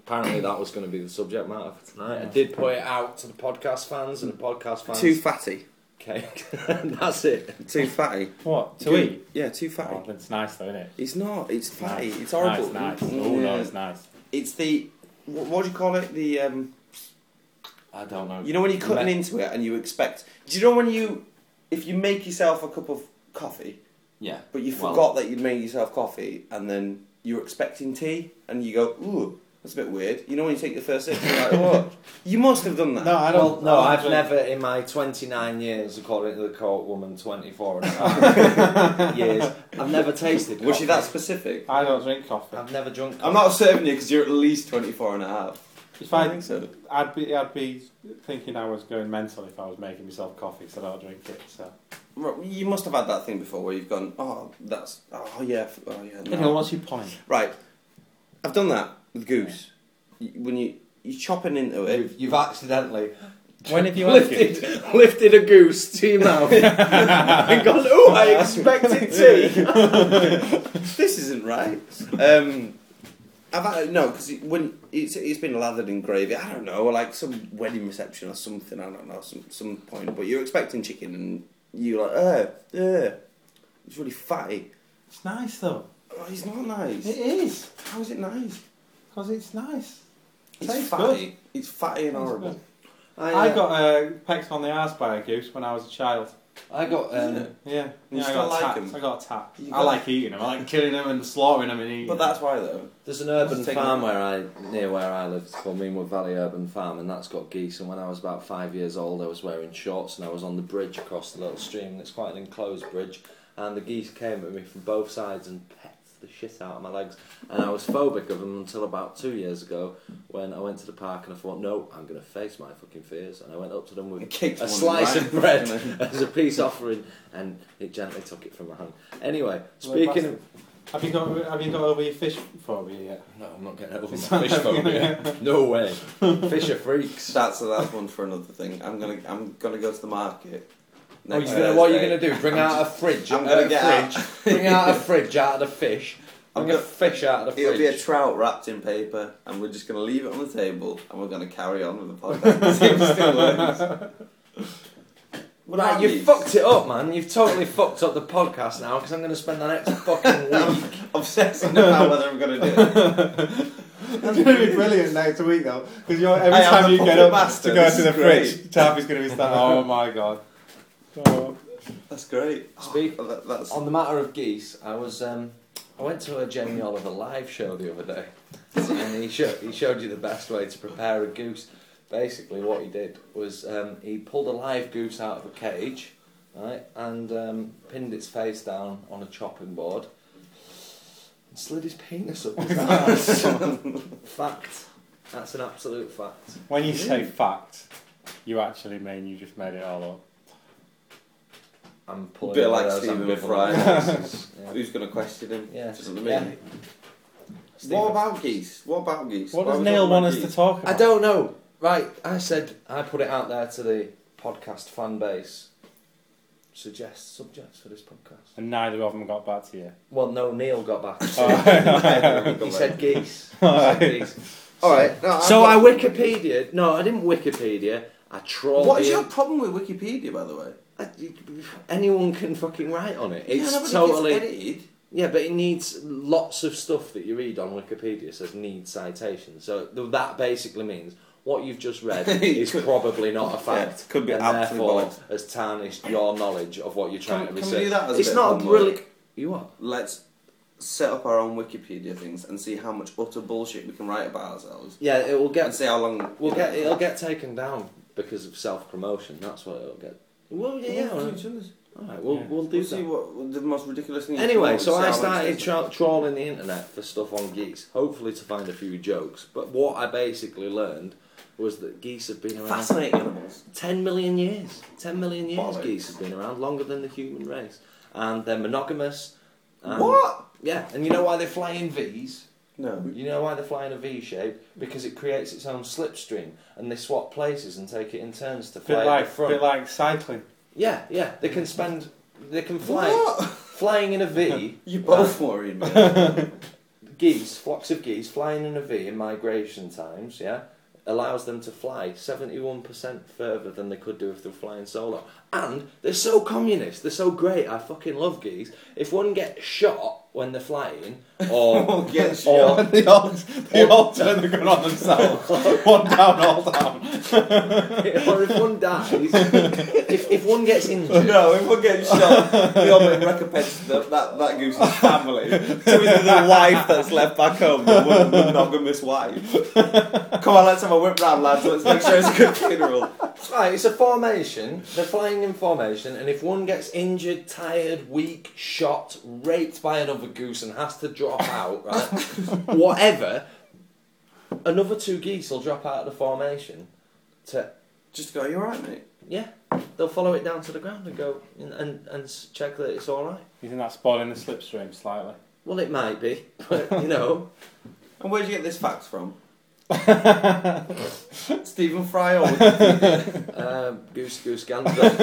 [SPEAKER 4] Apparently, that was going to be the subject matter for tonight. I did put it out to the podcast fans, and the podcast fans.
[SPEAKER 3] too fatty.
[SPEAKER 4] Okay, that's it.
[SPEAKER 3] Too fatty.
[SPEAKER 2] What to
[SPEAKER 3] Good.
[SPEAKER 2] eat?
[SPEAKER 3] Yeah, too fatty.
[SPEAKER 2] Oh, it's nice though, isn't it?
[SPEAKER 3] It's not. It's fatty.
[SPEAKER 2] Nice.
[SPEAKER 3] It's horrible.
[SPEAKER 2] Nice, nice.
[SPEAKER 3] Mm,
[SPEAKER 2] Oh no,
[SPEAKER 3] yeah.
[SPEAKER 2] it's nice.
[SPEAKER 3] It's the what, what do you call it? The um,
[SPEAKER 4] I don't know.
[SPEAKER 3] you know when you're cutting
[SPEAKER 4] Me-
[SPEAKER 3] into it and you expect. Do you know when you if you make yourself a cup of coffee
[SPEAKER 5] Yeah.
[SPEAKER 3] But you
[SPEAKER 5] Well,
[SPEAKER 3] forgot that you'd made yourself coffee, and then you were expecting tea, and you go, ooh, that's a bit weird. You know when you take the first sip, you're like, oh, you must have done that.
[SPEAKER 2] No, I
[SPEAKER 1] Well,
[SPEAKER 2] don't.
[SPEAKER 1] no,
[SPEAKER 2] I
[SPEAKER 1] I've
[SPEAKER 2] don't
[SPEAKER 1] never in my 29 years, according to the court woman, 24 and a half years, I've never tasted
[SPEAKER 3] Was she
[SPEAKER 1] coffee.
[SPEAKER 3] that specific?
[SPEAKER 2] I don't drink coffee.
[SPEAKER 3] Um,
[SPEAKER 1] I've never drunk
[SPEAKER 3] I'm not serving you because you're at least 24 and a half.
[SPEAKER 2] If I,
[SPEAKER 3] think so.
[SPEAKER 2] I'd be, I'd be thinking I was going mental if I was making myself coffee because I don't drink it. So
[SPEAKER 3] Right, You must have had that thing before where you've gone, oh, that's, oh yeah, f- oh yeah. no."
[SPEAKER 2] your point?
[SPEAKER 3] Right, I've done that with goose. Y- When you you're chopping into it,
[SPEAKER 1] You've, you've accidentally
[SPEAKER 5] When have you had goose?
[SPEAKER 4] lifted, lifted a goose to your mouth and gone, oh, I expected tea.
[SPEAKER 3] this isn't right. Um, I've had, no, because it, when it's it's been lathered in gravy. I don't know, like some wedding reception or something. I don't know, some some point. But you're expecting chicken, and you're like, uh, uh, it's really fatty.
[SPEAKER 2] It's nice though.
[SPEAKER 3] Oh, it's not
[SPEAKER 2] It
[SPEAKER 3] nice.
[SPEAKER 2] is
[SPEAKER 3] How is it nice?
[SPEAKER 2] because it's nice.
[SPEAKER 3] It's
[SPEAKER 2] Tastes
[SPEAKER 3] fatty. It's fatty and
[SPEAKER 2] Tastes
[SPEAKER 3] horrible.
[SPEAKER 2] good.
[SPEAKER 1] I,
[SPEAKER 2] I
[SPEAKER 1] uh,
[SPEAKER 2] got uh, pecked on the arse by a goose when I was a child.
[SPEAKER 1] I got um,
[SPEAKER 2] Yeah,
[SPEAKER 3] You
[SPEAKER 2] yeah I
[SPEAKER 3] still
[SPEAKER 2] got
[SPEAKER 3] like
[SPEAKER 2] tapped.
[SPEAKER 3] them?
[SPEAKER 2] I got tapped.
[SPEAKER 3] You
[SPEAKER 2] I
[SPEAKER 3] got-
[SPEAKER 2] like eating them. I like killing them and slaughtering them and eating.
[SPEAKER 3] But that's why though.
[SPEAKER 4] There's an urban
[SPEAKER 3] Let's take
[SPEAKER 4] farm
[SPEAKER 3] it.
[SPEAKER 4] where I near where I live. It's called Meanwood Valley Urban Farm, and that's got geese. And when I was about five years old, I was wearing shorts and I was on the bridge across the little stream. And it's quite an enclosed bridge, and the geese came at me from both sides and pecked the shit out of my legs. And I was phobic of them until about two years ago when I went to the park and I thought, no, I'm going to face my fucking fears. And I went up to them with
[SPEAKER 3] It kicked
[SPEAKER 4] a
[SPEAKER 3] one
[SPEAKER 4] slice
[SPEAKER 3] right
[SPEAKER 4] of bread
[SPEAKER 3] in the-
[SPEAKER 4] as a peace offering, and it gently took it from my hand. Anyway,
[SPEAKER 2] Well,
[SPEAKER 4] speaking.
[SPEAKER 2] bastard. Have you got Have you got over your fish phobia yet?
[SPEAKER 4] No, I'm not getting over my fish phobia. No way. Fish are freaks.
[SPEAKER 3] That's that's one for another thing. I'm gonna I'm gonna go to the market.
[SPEAKER 1] Oh,
[SPEAKER 3] next
[SPEAKER 1] you're gonna, what are you
[SPEAKER 3] Thursday.
[SPEAKER 1] going to do? Bring out a fridge?
[SPEAKER 3] I'm
[SPEAKER 1] uh,
[SPEAKER 3] gonna get
[SPEAKER 1] fridge, Bring out a fridge out of the fish.
[SPEAKER 3] I'm
[SPEAKER 1] Bring a
[SPEAKER 3] gonna-
[SPEAKER 1] fish out of the
[SPEAKER 3] It'll be a
[SPEAKER 1] fridge.
[SPEAKER 3] trout wrapped in paper, and we're just going to leave it on the table, and we're going to carry on with the podcast. See if it still works. What
[SPEAKER 4] Right,
[SPEAKER 3] about
[SPEAKER 4] you
[SPEAKER 3] these?
[SPEAKER 4] fucked it up, man. You've totally fucked up the podcast now because I'm going to spend the next fucking week.
[SPEAKER 3] Obsessing about whether I'm going to do it.
[SPEAKER 2] It's going to be brilliant next week though, because every
[SPEAKER 3] I am
[SPEAKER 2] time
[SPEAKER 3] a
[SPEAKER 2] you get
[SPEAKER 3] puppet
[SPEAKER 2] up
[SPEAKER 3] master,
[SPEAKER 2] to go
[SPEAKER 3] this
[SPEAKER 2] to
[SPEAKER 3] is
[SPEAKER 2] the
[SPEAKER 3] great.
[SPEAKER 2] fridge, Taffy's going to be standing. Oh my god! Oh.
[SPEAKER 3] That's great.
[SPEAKER 1] Speak-
[SPEAKER 3] Oh, that- that's
[SPEAKER 1] On the matter of geese, I was um, I went to a Jamie Oliver live show the other day, and he showed he showed you the best way to prepare a goose. Basically, what he did was um, he pulled a live goose out of a cage, right, and um, pinned its face down on a chopping board, and slid his penis up his ass. fact. That's an absolute fact.
[SPEAKER 2] When you say fact, you actually mean you just made it all up.
[SPEAKER 1] I'm pulling
[SPEAKER 3] Bit
[SPEAKER 1] one of
[SPEAKER 3] like
[SPEAKER 1] those
[SPEAKER 3] Stephen
[SPEAKER 1] ambivalent
[SPEAKER 3] Fry.
[SPEAKER 1] choices, yeah.
[SPEAKER 3] who's going to question him.
[SPEAKER 1] Yes.
[SPEAKER 3] Doesn't it
[SPEAKER 1] Yeah.
[SPEAKER 3] mean?
[SPEAKER 1] Stephen-
[SPEAKER 3] What about geese? What about geese?
[SPEAKER 2] What
[SPEAKER 3] Why
[SPEAKER 2] does
[SPEAKER 3] we
[SPEAKER 2] Neil
[SPEAKER 3] talking
[SPEAKER 2] want
[SPEAKER 3] about
[SPEAKER 2] us to
[SPEAKER 3] geese?
[SPEAKER 2] talk
[SPEAKER 1] I
[SPEAKER 2] about?
[SPEAKER 1] don't know. Right, I said I put it out there to the podcast fan base. Suggest subjects for this podcast.
[SPEAKER 2] And neither of them got back to you.
[SPEAKER 1] Well, no, Neil got back.
[SPEAKER 3] Go
[SPEAKER 1] he
[SPEAKER 3] back.
[SPEAKER 1] said geese. He said geese.
[SPEAKER 3] All right. No, I've
[SPEAKER 4] So I
[SPEAKER 3] got-
[SPEAKER 4] Wikipedia. No, I didn't Wikipedia. I trolled.
[SPEAKER 3] What is
[SPEAKER 4] the-
[SPEAKER 3] your problem with Wikipedia, by the way?
[SPEAKER 4] I- Anyone can fucking write on it. It's
[SPEAKER 3] Yeah, nobody gets
[SPEAKER 4] totally.
[SPEAKER 3] edited.
[SPEAKER 4] Yeah, but it needs lots of stuff that you read on Wikipedia says need citation. So th- that basically means what you've just read is
[SPEAKER 3] Could-
[SPEAKER 4] probably not a
[SPEAKER 3] yeah,
[SPEAKER 4] fact.
[SPEAKER 3] could be
[SPEAKER 4] and
[SPEAKER 3] absolute
[SPEAKER 4] therefore
[SPEAKER 3] bollocks.
[SPEAKER 4] has tarnished your knowledge of what you're trying
[SPEAKER 3] Can-
[SPEAKER 4] to
[SPEAKER 3] can we
[SPEAKER 4] research.
[SPEAKER 3] do that as a
[SPEAKER 4] it's
[SPEAKER 3] bit of
[SPEAKER 4] not a
[SPEAKER 3] homework?
[SPEAKER 4] brilliant. You are.
[SPEAKER 3] Let's set up our own Wikipedia things and see how much utter bullshit we can write about ourselves,
[SPEAKER 4] Yeah, it will
[SPEAKER 3] and
[SPEAKER 4] get.
[SPEAKER 3] see how long
[SPEAKER 4] We'll get. It'll get taken down because of self promotion. That's what it'll get. Well, yeah, yeah. All right, all right, we'll
[SPEAKER 2] Yeah.
[SPEAKER 4] we'll do
[SPEAKER 3] We'll see
[SPEAKER 4] that.
[SPEAKER 3] what what the most ridiculous thing.
[SPEAKER 4] Anyway, so I started
[SPEAKER 3] trying.
[SPEAKER 4] tra- trawling the internet for stuff on geese, hopefully to find a few jokes. But what I basically learned was that geese have been around
[SPEAKER 3] Fascinating animals.
[SPEAKER 4] 10 million years. 10 million years
[SPEAKER 3] Bollocks.
[SPEAKER 4] geese have been around, longer than the human race. And they're monogamous. And
[SPEAKER 3] What?
[SPEAKER 4] Yeah, and you know why they fly in Vs?
[SPEAKER 3] No.
[SPEAKER 4] You know why they fly in a V shape? Because it creates its own slipstream and they swap places and take it in turns to fly
[SPEAKER 2] Bit
[SPEAKER 4] at the
[SPEAKER 2] like,
[SPEAKER 4] front.
[SPEAKER 2] bit like cycling.
[SPEAKER 4] Yeah, yeah, they can spend. They can fly.
[SPEAKER 3] What?
[SPEAKER 4] Flying in a V.
[SPEAKER 3] You both worried me.
[SPEAKER 4] geese, flocks of geese flying in a V in migration times, yeah, allows them to fly 71% further than they could do if they were flying solo. And they're so communist, they're so great, I fucking love geese. If one gets shot, when they're flying, or
[SPEAKER 3] Oh, yes, you
[SPEAKER 4] or
[SPEAKER 3] are.
[SPEAKER 2] they all, they all turn the gun on themselves. One down, all down.
[SPEAKER 4] or if one dies, if, if one gets injured,
[SPEAKER 3] No, if we're getting shot, we all make recompense to the, that, that goose's family. So it's the wife that's left back home, the woman, the monogamous wife. Come on, let's have a whip round, lads. Let's make sure it's a good funeral.
[SPEAKER 4] right, it's a formation. They're flying in formation, and if one gets injured, tired, weak, shot, raped by another goose, and has to drop out, right, whatever, another two geese will drop out of the formation. To
[SPEAKER 3] Just go, you alright, mate?
[SPEAKER 4] yeah, they'll follow it down to the ground and go and and, and s- check that it's all right.
[SPEAKER 2] You think that's spoiling the slipstream slightly?
[SPEAKER 4] Well, it might be, but you know.
[SPEAKER 3] And where'd you get this fact from? Stephen Fry or Wikipedia?
[SPEAKER 4] Um, goose goose gander. but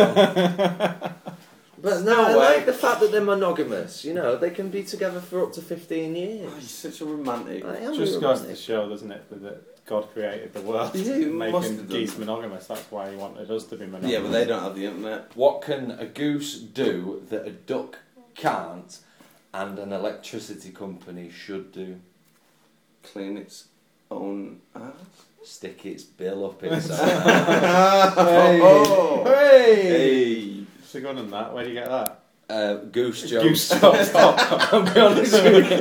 [SPEAKER 4] no, I
[SPEAKER 3] No way.
[SPEAKER 4] like the fact that they're monogamous. You know, they can be together for up to fifteen years.
[SPEAKER 3] Oh, you're such a romantic.
[SPEAKER 4] I am
[SPEAKER 2] Just goes to
[SPEAKER 4] romantic.
[SPEAKER 2] show, doesn't it, that- that God created the world,
[SPEAKER 3] He did, must have
[SPEAKER 2] making
[SPEAKER 3] done.
[SPEAKER 2] geese monogamous. That's why He wanted us to be monogamous.
[SPEAKER 3] Yeah, but they don't have the internet.
[SPEAKER 1] What can a goose do that a duck can't and an electricity company should do?
[SPEAKER 3] Clean its own ass.
[SPEAKER 1] Stick its bill up its ass.
[SPEAKER 2] Hey.
[SPEAKER 3] Oh, oh.
[SPEAKER 2] Hey!
[SPEAKER 3] Hey.
[SPEAKER 2] It's a gun on that. Where do you get that?
[SPEAKER 1] uh, goose joke.
[SPEAKER 2] Goose stop, stop.
[SPEAKER 1] I'll be honest with you.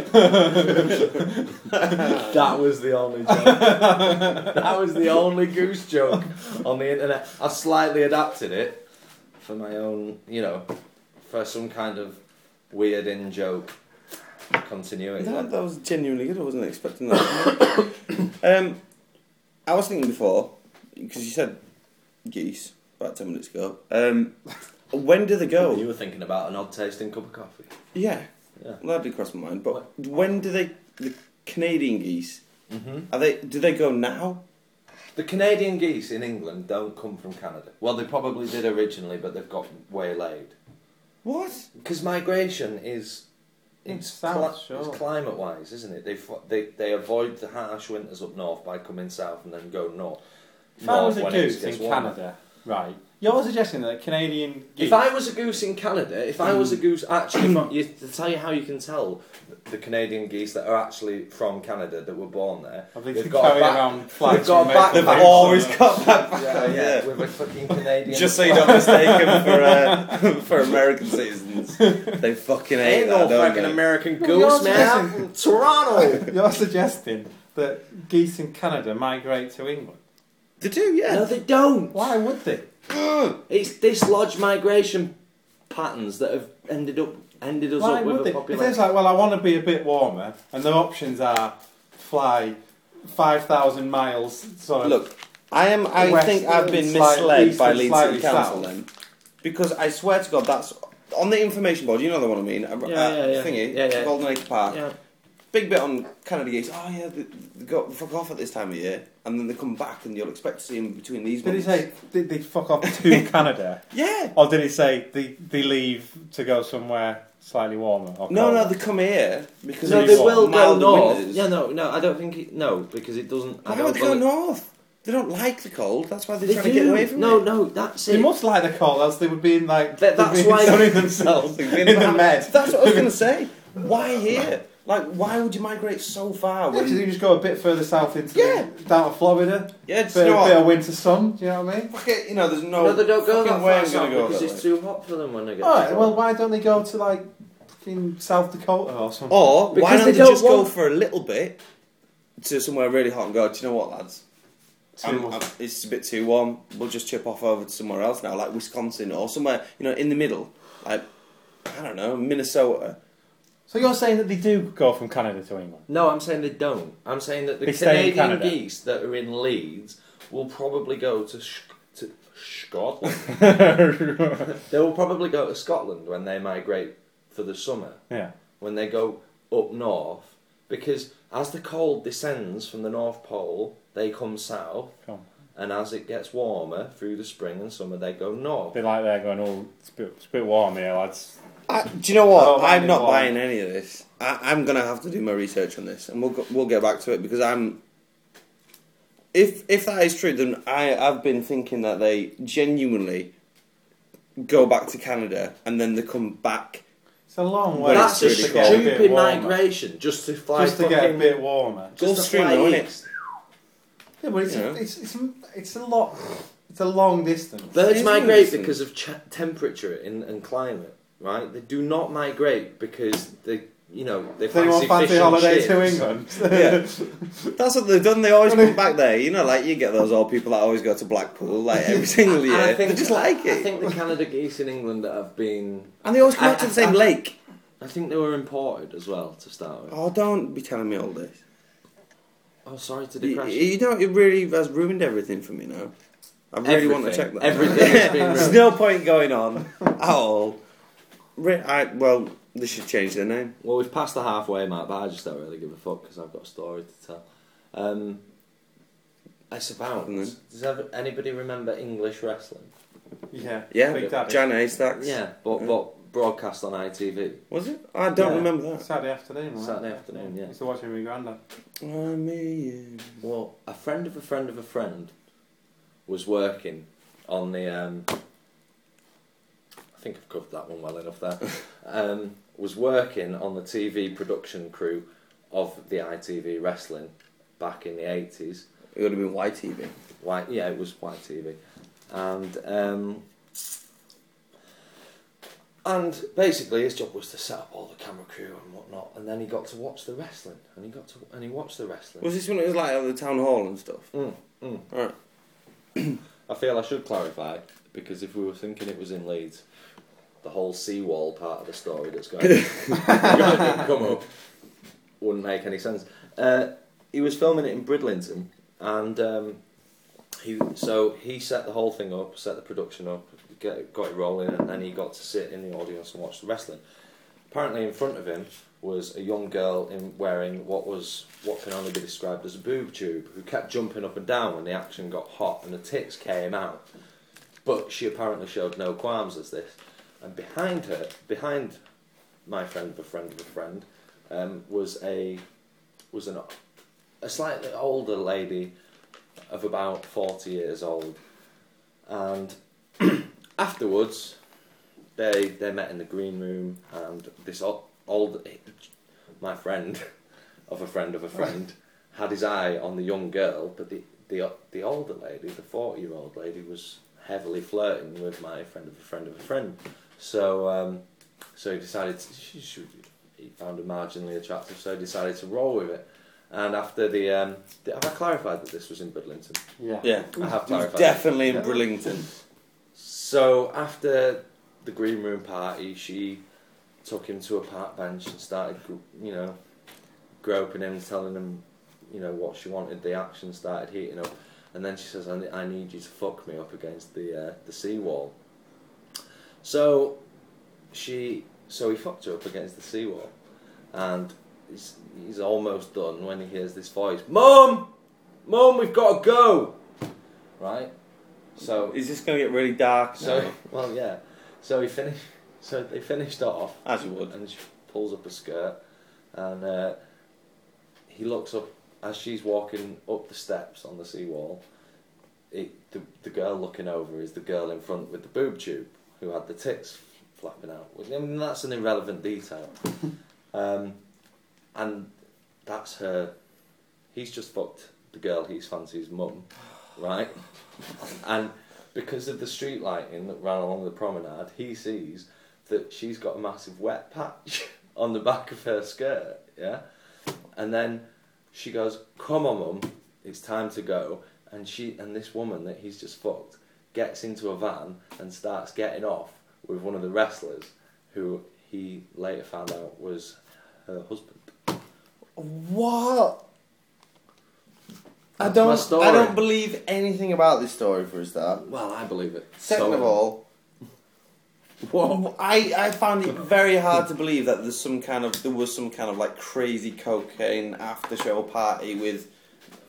[SPEAKER 1] that was the only joke. That was the only goose joke on the internet. I slightly adapted it for my own, you know, for some kind of weird in joke continuing.
[SPEAKER 3] That, that was genuinely good. I wasn't expecting that. um, I was thinking before because you said geese about ten minutes ago. Um, when do they
[SPEAKER 1] You
[SPEAKER 3] go?
[SPEAKER 1] were thinking about an odd tasting cup of coffee.
[SPEAKER 3] Yeah,
[SPEAKER 1] Yeah.
[SPEAKER 3] that did cross my mind. But when do they? The Canadian geese
[SPEAKER 1] Mm-hmm.
[SPEAKER 3] are they? Do they go now?
[SPEAKER 1] The Canadian geese in England don't come from Canada. Well, they probably did originally, but they've got waylaid.
[SPEAKER 3] What?
[SPEAKER 1] Because migration is
[SPEAKER 2] It's
[SPEAKER 1] it's,
[SPEAKER 2] south,
[SPEAKER 1] cli-
[SPEAKER 2] sure.
[SPEAKER 1] it's climate wise, isn't it? They, fo- they they avoid the harsh winters up north by coming south and then go north.
[SPEAKER 2] If I was a
[SPEAKER 1] north when it
[SPEAKER 2] goose in
[SPEAKER 1] gets warmer.
[SPEAKER 2] Canada, right? You're suggesting that Canadian geese.
[SPEAKER 1] If I was a goose in Canada, if I was a goose, actually,
[SPEAKER 2] Mm.
[SPEAKER 1] you, to tell you how you can tell the Canadian geese that are actually from Canada that were born there,
[SPEAKER 2] I think
[SPEAKER 1] they've
[SPEAKER 2] they
[SPEAKER 1] got a
[SPEAKER 2] carry
[SPEAKER 1] back-
[SPEAKER 2] around flags
[SPEAKER 1] they've got
[SPEAKER 2] from
[SPEAKER 1] a back-
[SPEAKER 2] They've
[SPEAKER 1] back-
[SPEAKER 2] always
[SPEAKER 3] got that.
[SPEAKER 1] yeah,
[SPEAKER 3] Yeah.
[SPEAKER 1] yeah, with a fucking Canadian.
[SPEAKER 3] Just so you don't mistake them for uh, for American citizens. They fucking hate
[SPEAKER 1] Ain't
[SPEAKER 3] that,
[SPEAKER 1] no
[SPEAKER 3] don't
[SPEAKER 1] fucking
[SPEAKER 3] they?
[SPEAKER 1] American
[SPEAKER 2] Well, you're
[SPEAKER 1] goose, man. I'm from Toronto.
[SPEAKER 2] You're suggesting that geese in Canada migrate to England.
[SPEAKER 3] They do, yeah.
[SPEAKER 4] No, they don't.
[SPEAKER 2] Why would they?
[SPEAKER 4] It's dislodged migration patterns that have ended up ended us
[SPEAKER 2] Why
[SPEAKER 4] up
[SPEAKER 2] would
[SPEAKER 4] with
[SPEAKER 2] they?
[SPEAKER 4] a
[SPEAKER 2] If
[SPEAKER 4] population.
[SPEAKER 2] it's like, well, I want to be a bit warmer, and the options are fly five thousand miles. Sort of
[SPEAKER 3] Look, I am. I
[SPEAKER 2] West
[SPEAKER 3] think I've been
[SPEAKER 2] and slightly
[SPEAKER 3] misled
[SPEAKER 2] east
[SPEAKER 3] by
[SPEAKER 2] and
[SPEAKER 3] Leeds City
[SPEAKER 2] slightly
[SPEAKER 3] Council
[SPEAKER 2] south.
[SPEAKER 3] then, because I swear to God, that's on the information board. You know the one I mean. Yeah,
[SPEAKER 4] yeah, yeah.
[SPEAKER 3] Thingy,
[SPEAKER 4] Yeah, yeah.
[SPEAKER 3] Golden Acre Park.
[SPEAKER 4] Yeah.
[SPEAKER 3] Big bit on Canada Gates. Oh yeah, they, they go they fuck off at this time of year, and then they come back, and you'll expect to see them between these.
[SPEAKER 2] Did he
[SPEAKER 3] months.
[SPEAKER 2] say did they fuck off to Canada,
[SPEAKER 3] Yeah.
[SPEAKER 2] or did he say they they leave to go somewhere slightly warmer? Or
[SPEAKER 3] No,
[SPEAKER 2] colder?
[SPEAKER 3] no, they come here because
[SPEAKER 4] no,
[SPEAKER 3] it's
[SPEAKER 4] they will go
[SPEAKER 3] milder
[SPEAKER 4] north.
[SPEAKER 3] winters.
[SPEAKER 4] Yeah, no, no, I don't think it, no because it doesn't. I
[SPEAKER 3] Why
[SPEAKER 4] don't
[SPEAKER 3] would they go
[SPEAKER 4] believe-
[SPEAKER 3] north? They don't like the cold. That's why they're
[SPEAKER 4] They
[SPEAKER 3] trying
[SPEAKER 4] do.
[SPEAKER 3] to get away from
[SPEAKER 4] no,
[SPEAKER 3] it.
[SPEAKER 4] no, that's
[SPEAKER 2] They
[SPEAKER 4] it.
[SPEAKER 2] must like the cold, else they would be in like
[SPEAKER 4] That-
[SPEAKER 2] they'd
[SPEAKER 4] that's
[SPEAKER 2] be
[SPEAKER 4] why-
[SPEAKER 2] insulting themselves in the med.
[SPEAKER 3] That's what I was going to say. Why here? Like, why would you migrate so far?
[SPEAKER 2] Because
[SPEAKER 3] When,
[SPEAKER 2] you just go a bit further south into
[SPEAKER 3] Yeah.
[SPEAKER 2] down to Florida,
[SPEAKER 3] yeah,
[SPEAKER 2] bit,
[SPEAKER 3] just, you know
[SPEAKER 2] bit of
[SPEAKER 3] what?
[SPEAKER 2] winter sun. Do you know what I mean?
[SPEAKER 3] Fuck it, you know, there's no.
[SPEAKER 4] no, they don't go
[SPEAKER 3] fucking
[SPEAKER 4] that
[SPEAKER 3] way
[SPEAKER 4] far
[SPEAKER 3] I'm
[SPEAKER 4] south
[SPEAKER 3] gonna go
[SPEAKER 4] because
[SPEAKER 3] that
[SPEAKER 4] it's
[SPEAKER 3] way.
[SPEAKER 4] too hot for them when they get.
[SPEAKER 2] All
[SPEAKER 4] to
[SPEAKER 2] right. Well,
[SPEAKER 4] Florida.
[SPEAKER 2] why don't they go to like fucking South Dakota or something?
[SPEAKER 3] Or why
[SPEAKER 4] Because
[SPEAKER 3] don't
[SPEAKER 4] they
[SPEAKER 3] they,
[SPEAKER 4] don't
[SPEAKER 3] just go
[SPEAKER 4] want-
[SPEAKER 3] for a little bit to somewhere really hot and go? Do you know what, lads? I'm- I'm- it's a bit too warm. We'll just chip off over to somewhere else now, like Wisconsin or somewhere you know in the middle, like I don't know, Minnesota.
[SPEAKER 2] So you're saying that they do go from Canada to England?
[SPEAKER 4] No, I'm saying they don't. I'm saying that the
[SPEAKER 2] They stay in
[SPEAKER 4] Canadian
[SPEAKER 2] Canada.
[SPEAKER 4] geese that are in Leeds will probably go to sh- to Scotland. they will probably go to Scotland when they migrate for the summer.
[SPEAKER 2] Yeah.
[SPEAKER 4] When they go up north, because as the cold descends from the North Pole, they come south,
[SPEAKER 2] Come.
[SPEAKER 4] and as it gets warmer through the spring and summer, they go north.
[SPEAKER 2] They like they're going, oh, it's a bit, it's a bit warm here, lads.
[SPEAKER 3] I, do you know
[SPEAKER 2] I don't
[SPEAKER 3] what?
[SPEAKER 2] mind
[SPEAKER 3] I'm
[SPEAKER 2] it
[SPEAKER 3] not
[SPEAKER 2] warm.
[SPEAKER 3] buying any of this. I, I'm gonna have to do my research on this, and we'll go, we'll get back to it because I'm. If if that is true, then I I've been thinking that they genuinely go back to Canada and then they come back
[SPEAKER 2] It's a long way.
[SPEAKER 3] Well,
[SPEAKER 4] That's a
[SPEAKER 2] just to get a bit
[SPEAKER 4] stupid
[SPEAKER 2] warmer.
[SPEAKER 4] migration just to fly
[SPEAKER 2] Just to get a
[SPEAKER 4] fucking-
[SPEAKER 2] bit warmer.
[SPEAKER 4] just
[SPEAKER 3] Gulf
[SPEAKER 4] to fly
[SPEAKER 3] Stream, though,
[SPEAKER 4] east.
[SPEAKER 3] innit?
[SPEAKER 2] Yeah, but it's,
[SPEAKER 3] You know.
[SPEAKER 2] it's, it's, it's a lot. It's a long distance.
[SPEAKER 3] It
[SPEAKER 4] Birds
[SPEAKER 3] is
[SPEAKER 4] migrate
[SPEAKER 3] interesting.
[SPEAKER 4] because of ch- temperature in, and climate, right? They do not migrate because they, you know, they
[SPEAKER 2] Does anyone
[SPEAKER 4] fancy,
[SPEAKER 2] fancy
[SPEAKER 4] fish
[SPEAKER 2] holiday
[SPEAKER 4] and
[SPEAKER 2] to
[SPEAKER 4] chips.
[SPEAKER 2] England?
[SPEAKER 3] Yeah. That's what they've done. They always come back there. You know, like you get those old people that always go to Blackpool like every single
[SPEAKER 4] And
[SPEAKER 3] year.
[SPEAKER 4] I think
[SPEAKER 3] they just like
[SPEAKER 4] I
[SPEAKER 3] it,
[SPEAKER 4] think the Canada geese in England that have been,
[SPEAKER 3] and they always come back to the same lake.
[SPEAKER 4] I think they were imported as well to start with.
[SPEAKER 3] Oh, don't be telling me all this.
[SPEAKER 4] Oh, sorry to
[SPEAKER 3] You,
[SPEAKER 4] depress you.
[SPEAKER 3] you know, it really has ruined everything for me now. I really want to
[SPEAKER 4] Everything.
[SPEAKER 3] check that.
[SPEAKER 4] Everything has been
[SPEAKER 3] There's
[SPEAKER 4] ruined.
[SPEAKER 3] no point going on at all. Re- I, well, they should change their name.
[SPEAKER 4] Well, we've passed the halfway mark, but I just don't really give a fuck because I've got a story to tell. Um, it's about.
[SPEAKER 3] Mhm.
[SPEAKER 4] Does ever- anybody remember English wrestling?
[SPEAKER 2] yeah. Big
[SPEAKER 3] Yeah,
[SPEAKER 2] Daddy.
[SPEAKER 3] Jan Haystack.
[SPEAKER 4] Yeah, but but broadcast on ITV.
[SPEAKER 3] was it? I don't
[SPEAKER 2] Yeah.
[SPEAKER 3] remember that.
[SPEAKER 2] Saturday afternoon, right?
[SPEAKER 4] Saturday afternoon, yeah.
[SPEAKER 2] Used to watch it with my granddad.
[SPEAKER 3] I mean,
[SPEAKER 4] Well, a friend of a friend of a friend was working on the. Um, I think I've covered that one well enough there. Um, was working on the TV production crew of the ITV wrestling back in the 80s.
[SPEAKER 3] it would have been YTV.
[SPEAKER 4] White, yeah, it was White TV, and um, and basically his job was to set up all the camera crew and whatnot, and then he got to watch the wrestling, and he got to and he watched the wrestling.
[SPEAKER 3] Was this when it was like at the town hall and stuff?
[SPEAKER 4] Mm, mm.
[SPEAKER 3] Right.
[SPEAKER 4] I feel I should clarify because if we were thinking it was in Leeds, the whole seawall part of the story that's going to come up wouldn't make any sense. Uh, he was filming it in Bridlington, and um, he so he set the whole thing up, set the production up, get, got it rolling, and then he got to sit in the audience and watch the wrestling. Apparently, in front of him was a young girl in wearing what was what can only be described as a boob tube, who kept jumping up and down when the action got hot and the tits came out. But she apparently showed no qualms as this. And behind her, behind my friend of a friend of a friend, um, was a was an a slightly older lady of about forty years old, and afterwards they they met in the green room, and this old, old my friend of a friend of a friend had his eye on the young girl, but the the the older lady, the forty year old lady, was heavily flirting with my friend of a friend of a friend, so. Um, so he decided to, she, she, he found her marginally attractive, so he decided to roll with it. And after the, um, the have I clarified that this was in Bridlington?
[SPEAKER 2] Yeah.
[SPEAKER 3] Yeah.
[SPEAKER 4] I have
[SPEAKER 3] It was
[SPEAKER 4] clarified.
[SPEAKER 3] definitely in Brillington.
[SPEAKER 4] So after the green room party, she took him to a park bench and started, gro- you know, groping him, telling him, you know, what she wanted. The action started heating up, and then she says, "I, ne- I need you to fuck me up against the uh, the seawall." So she, so he fucked her up against the seawall, and he's, he's almost done when he hears this voice, "Mum, mum, we've got to go," right? So
[SPEAKER 3] Is this going to get really dark?
[SPEAKER 4] so
[SPEAKER 3] now?
[SPEAKER 4] well, yeah. So he finished. So they finished off,
[SPEAKER 3] as you would.
[SPEAKER 4] and she pulls up a skirt, and uh, he looks up as she's walking up the steps on the seawall. It, the, the girl looking over is the girl in front with the boob tube who had the tits flapping out. I mean, that's an irrelevant detail. Um, and that's her. He's just fucked the girl he's fancy's mum, right? And because of the street lighting that ran along the promenade, he sees that she's got a massive wet patch on the back of her skirt, yeah? And then she goes, Come on, mum, it's time to go. And she and this woman that he's just fucked gets into a van and starts getting off with one of the wrestlers who he later found out was her husband.
[SPEAKER 3] What? I
[SPEAKER 4] That's my
[SPEAKER 3] don't.
[SPEAKER 4] story.
[SPEAKER 3] I don't believe anything about this story for a start.
[SPEAKER 4] Well, I believe it.
[SPEAKER 3] Second
[SPEAKER 4] So-
[SPEAKER 3] of all, what? I I found it very hard to believe that there's some kind of there was some kind of like crazy cocaine after show party with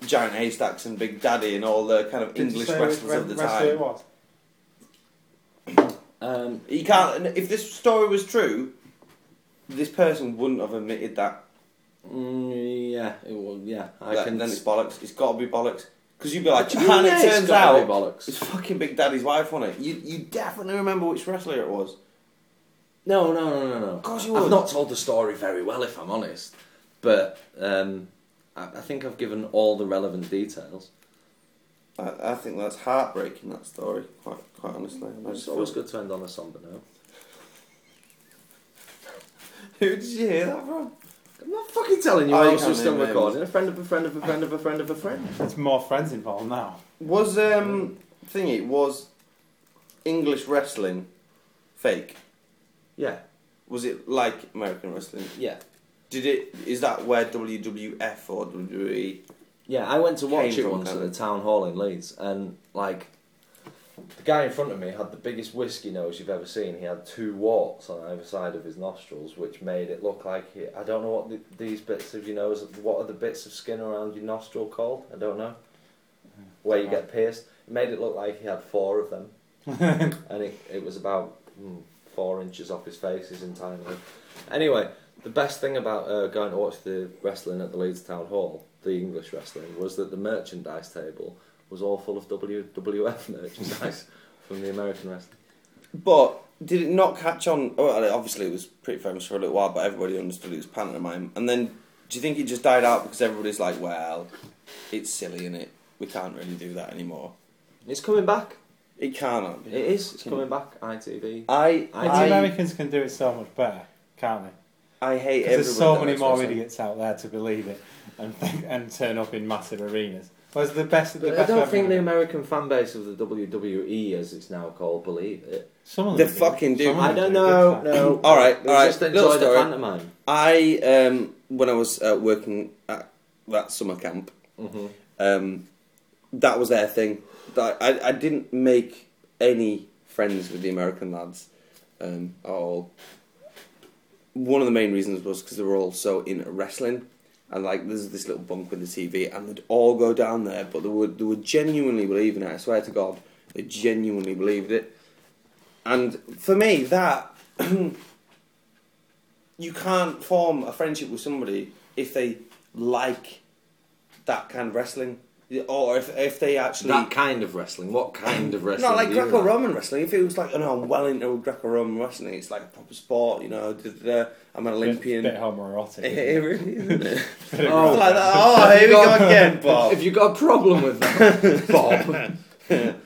[SPEAKER 3] giant haystacks and Big Daddy and all the kind of
[SPEAKER 2] Did you
[SPEAKER 3] English
[SPEAKER 2] say which
[SPEAKER 3] wrestlers
[SPEAKER 2] wre-
[SPEAKER 3] of the
[SPEAKER 2] wrestler it
[SPEAKER 3] time.
[SPEAKER 2] was?
[SPEAKER 4] um,
[SPEAKER 3] You can't. If this story was true, this person wouldn't have admitted that.
[SPEAKER 4] mm, yeah, it was, yeah. I
[SPEAKER 3] that
[SPEAKER 4] can
[SPEAKER 3] then it's bollocks. It's got to be bollocks. Because you'd be like,
[SPEAKER 4] What do you
[SPEAKER 3] and
[SPEAKER 4] mean
[SPEAKER 3] it
[SPEAKER 4] it's
[SPEAKER 3] turns
[SPEAKER 4] gotta be
[SPEAKER 3] out
[SPEAKER 4] bollocks?"
[SPEAKER 3] it's fucking Big Daddy's wife on it. You you definitely remember which wrestler it was.
[SPEAKER 4] No, no, no, no, no. Of
[SPEAKER 3] course you
[SPEAKER 4] I've
[SPEAKER 3] would.
[SPEAKER 4] not told the story very well, if I'm honest. But um, I, I think I've given all the relevant details.
[SPEAKER 3] I, I think that's heartbreaking. That story, quite quite honestly. I
[SPEAKER 4] It's
[SPEAKER 3] just
[SPEAKER 4] always
[SPEAKER 3] feel-
[SPEAKER 4] good to end on a somber note.
[SPEAKER 3] Who did you hear that from?
[SPEAKER 4] I'm not fucking telling you.
[SPEAKER 3] Oh,
[SPEAKER 4] I
[SPEAKER 3] you
[SPEAKER 4] was
[SPEAKER 3] can't
[SPEAKER 4] just still
[SPEAKER 3] name names.
[SPEAKER 4] recording. A friend of a friend of a friend of a friend of a friend.
[SPEAKER 2] There's more friends involved now.
[SPEAKER 3] Was um thingy was English wrestling fake?
[SPEAKER 4] Yeah,
[SPEAKER 3] Was it like American wrestling?
[SPEAKER 4] yeah,
[SPEAKER 3] Did it? Is that where WWF or E? WWE?
[SPEAKER 4] yeah. I went to watch
[SPEAKER 3] Came
[SPEAKER 4] it
[SPEAKER 3] from
[SPEAKER 4] once at
[SPEAKER 3] Canada.
[SPEAKER 4] the town hall in Leeds, and like, the guy in front of me had the biggest whiskey nose you've ever seen. He had two warts on either side of his nostrils, which made it look like he, I don't know what the, these bits of your nose. What are the bits of skin around your nostril called? I don't know. Where you get pierced. It made it look like he had four of them, and it, it was about mm, four inches off his face his entire nose. Anyway, the best thing about uh, going to watch the wrestling at the Leeds Town Hall, the English wrestling, was that the merchandise table was all full of WWF merchandise from the American wrestling.
[SPEAKER 3] But did it not catch on? Well, obviously it was pretty famous for a little while, but everybody understood it was pantomime. And then, do you think it just died out because everybody's like, well, it's silly and it we can't really do that anymore.
[SPEAKER 4] It's coming back.
[SPEAKER 3] It cannot.
[SPEAKER 4] It is. It's coming back. ITV.
[SPEAKER 3] I
[SPEAKER 4] I-
[SPEAKER 2] the
[SPEAKER 3] I,
[SPEAKER 2] Americans can do it so much better, can't they?
[SPEAKER 3] I hate everyone.
[SPEAKER 2] Because there's so
[SPEAKER 3] that
[SPEAKER 2] many
[SPEAKER 3] likes
[SPEAKER 2] more
[SPEAKER 3] wrestling.
[SPEAKER 2] idiots out there to believe it and think, and turn up in massive arenas. Whereas the best, the
[SPEAKER 4] But I
[SPEAKER 2] best
[SPEAKER 4] don't think the
[SPEAKER 2] weapon-
[SPEAKER 4] American fan base of the WWE, as it's now called, believe it.
[SPEAKER 2] Some of
[SPEAKER 3] They
[SPEAKER 2] them
[SPEAKER 3] fucking do.
[SPEAKER 2] Some of
[SPEAKER 4] I don't
[SPEAKER 2] them do,
[SPEAKER 4] know.
[SPEAKER 2] big time.
[SPEAKER 4] No.
[SPEAKER 3] All right,
[SPEAKER 4] They
[SPEAKER 3] all right.
[SPEAKER 4] Just enjoy
[SPEAKER 3] Little
[SPEAKER 4] the
[SPEAKER 3] story.
[SPEAKER 4] pantomime.
[SPEAKER 3] I um, when I was uh, working at that summer camp,
[SPEAKER 2] Mm-hmm.
[SPEAKER 3] um, that was their thing. That I, I didn't make any friends with the American lads um, at all. One of the main reasons was because they were all so into wrestling, and like there's this little bunk with the TV, and they'd all go down there, but they would they would genuinely believe in it. I swear to God, they genuinely believed it. And for me, that you can't form a friendship with somebody if they like that kind of wrestling, or if if they actually
[SPEAKER 4] That kind of wrestling. What kind of wrestling?
[SPEAKER 3] no, like
[SPEAKER 4] do you
[SPEAKER 3] Greco Roman wrestling. If it was like, oh no, I'm well into Greco Roman wrestling, it's like a proper sport, you know, da, da, da, I'm an Olympian.
[SPEAKER 2] Bit, bit homoerotic.
[SPEAKER 3] It-
[SPEAKER 2] isn't
[SPEAKER 3] it
[SPEAKER 2] it?
[SPEAKER 3] really is, isn't it?
[SPEAKER 4] Oh.
[SPEAKER 3] It's like that. Oh, here we go again,
[SPEAKER 4] If
[SPEAKER 3] Bob.
[SPEAKER 4] you got a problem with that, Bob,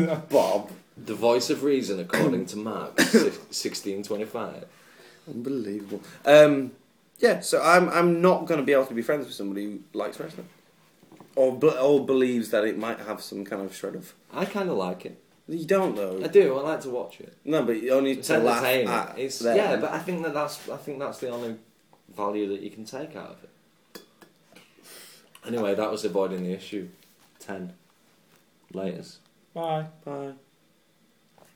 [SPEAKER 2] Well,
[SPEAKER 3] Bob.
[SPEAKER 4] the voice of reason, according to Mark, sixteen twenty-five.
[SPEAKER 3] Unbelievable. Um, yeah, so I'm I'm not going to be able to be friends with somebody who likes wrestling. Or, be- or believes that it might have some kind of shred of.
[SPEAKER 4] I kind of like it.
[SPEAKER 3] You don't though.
[SPEAKER 4] I do. I like to watch it.
[SPEAKER 3] No, but you only
[SPEAKER 4] It's
[SPEAKER 3] to laugh
[SPEAKER 4] entertaining.
[SPEAKER 3] at
[SPEAKER 4] It's-
[SPEAKER 3] them.
[SPEAKER 4] yeah, but I think that that's I think that's the only value that you can take out of it. Anyway, that was avoiding the issue. Ten. Laters.
[SPEAKER 2] bye.
[SPEAKER 3] Bye.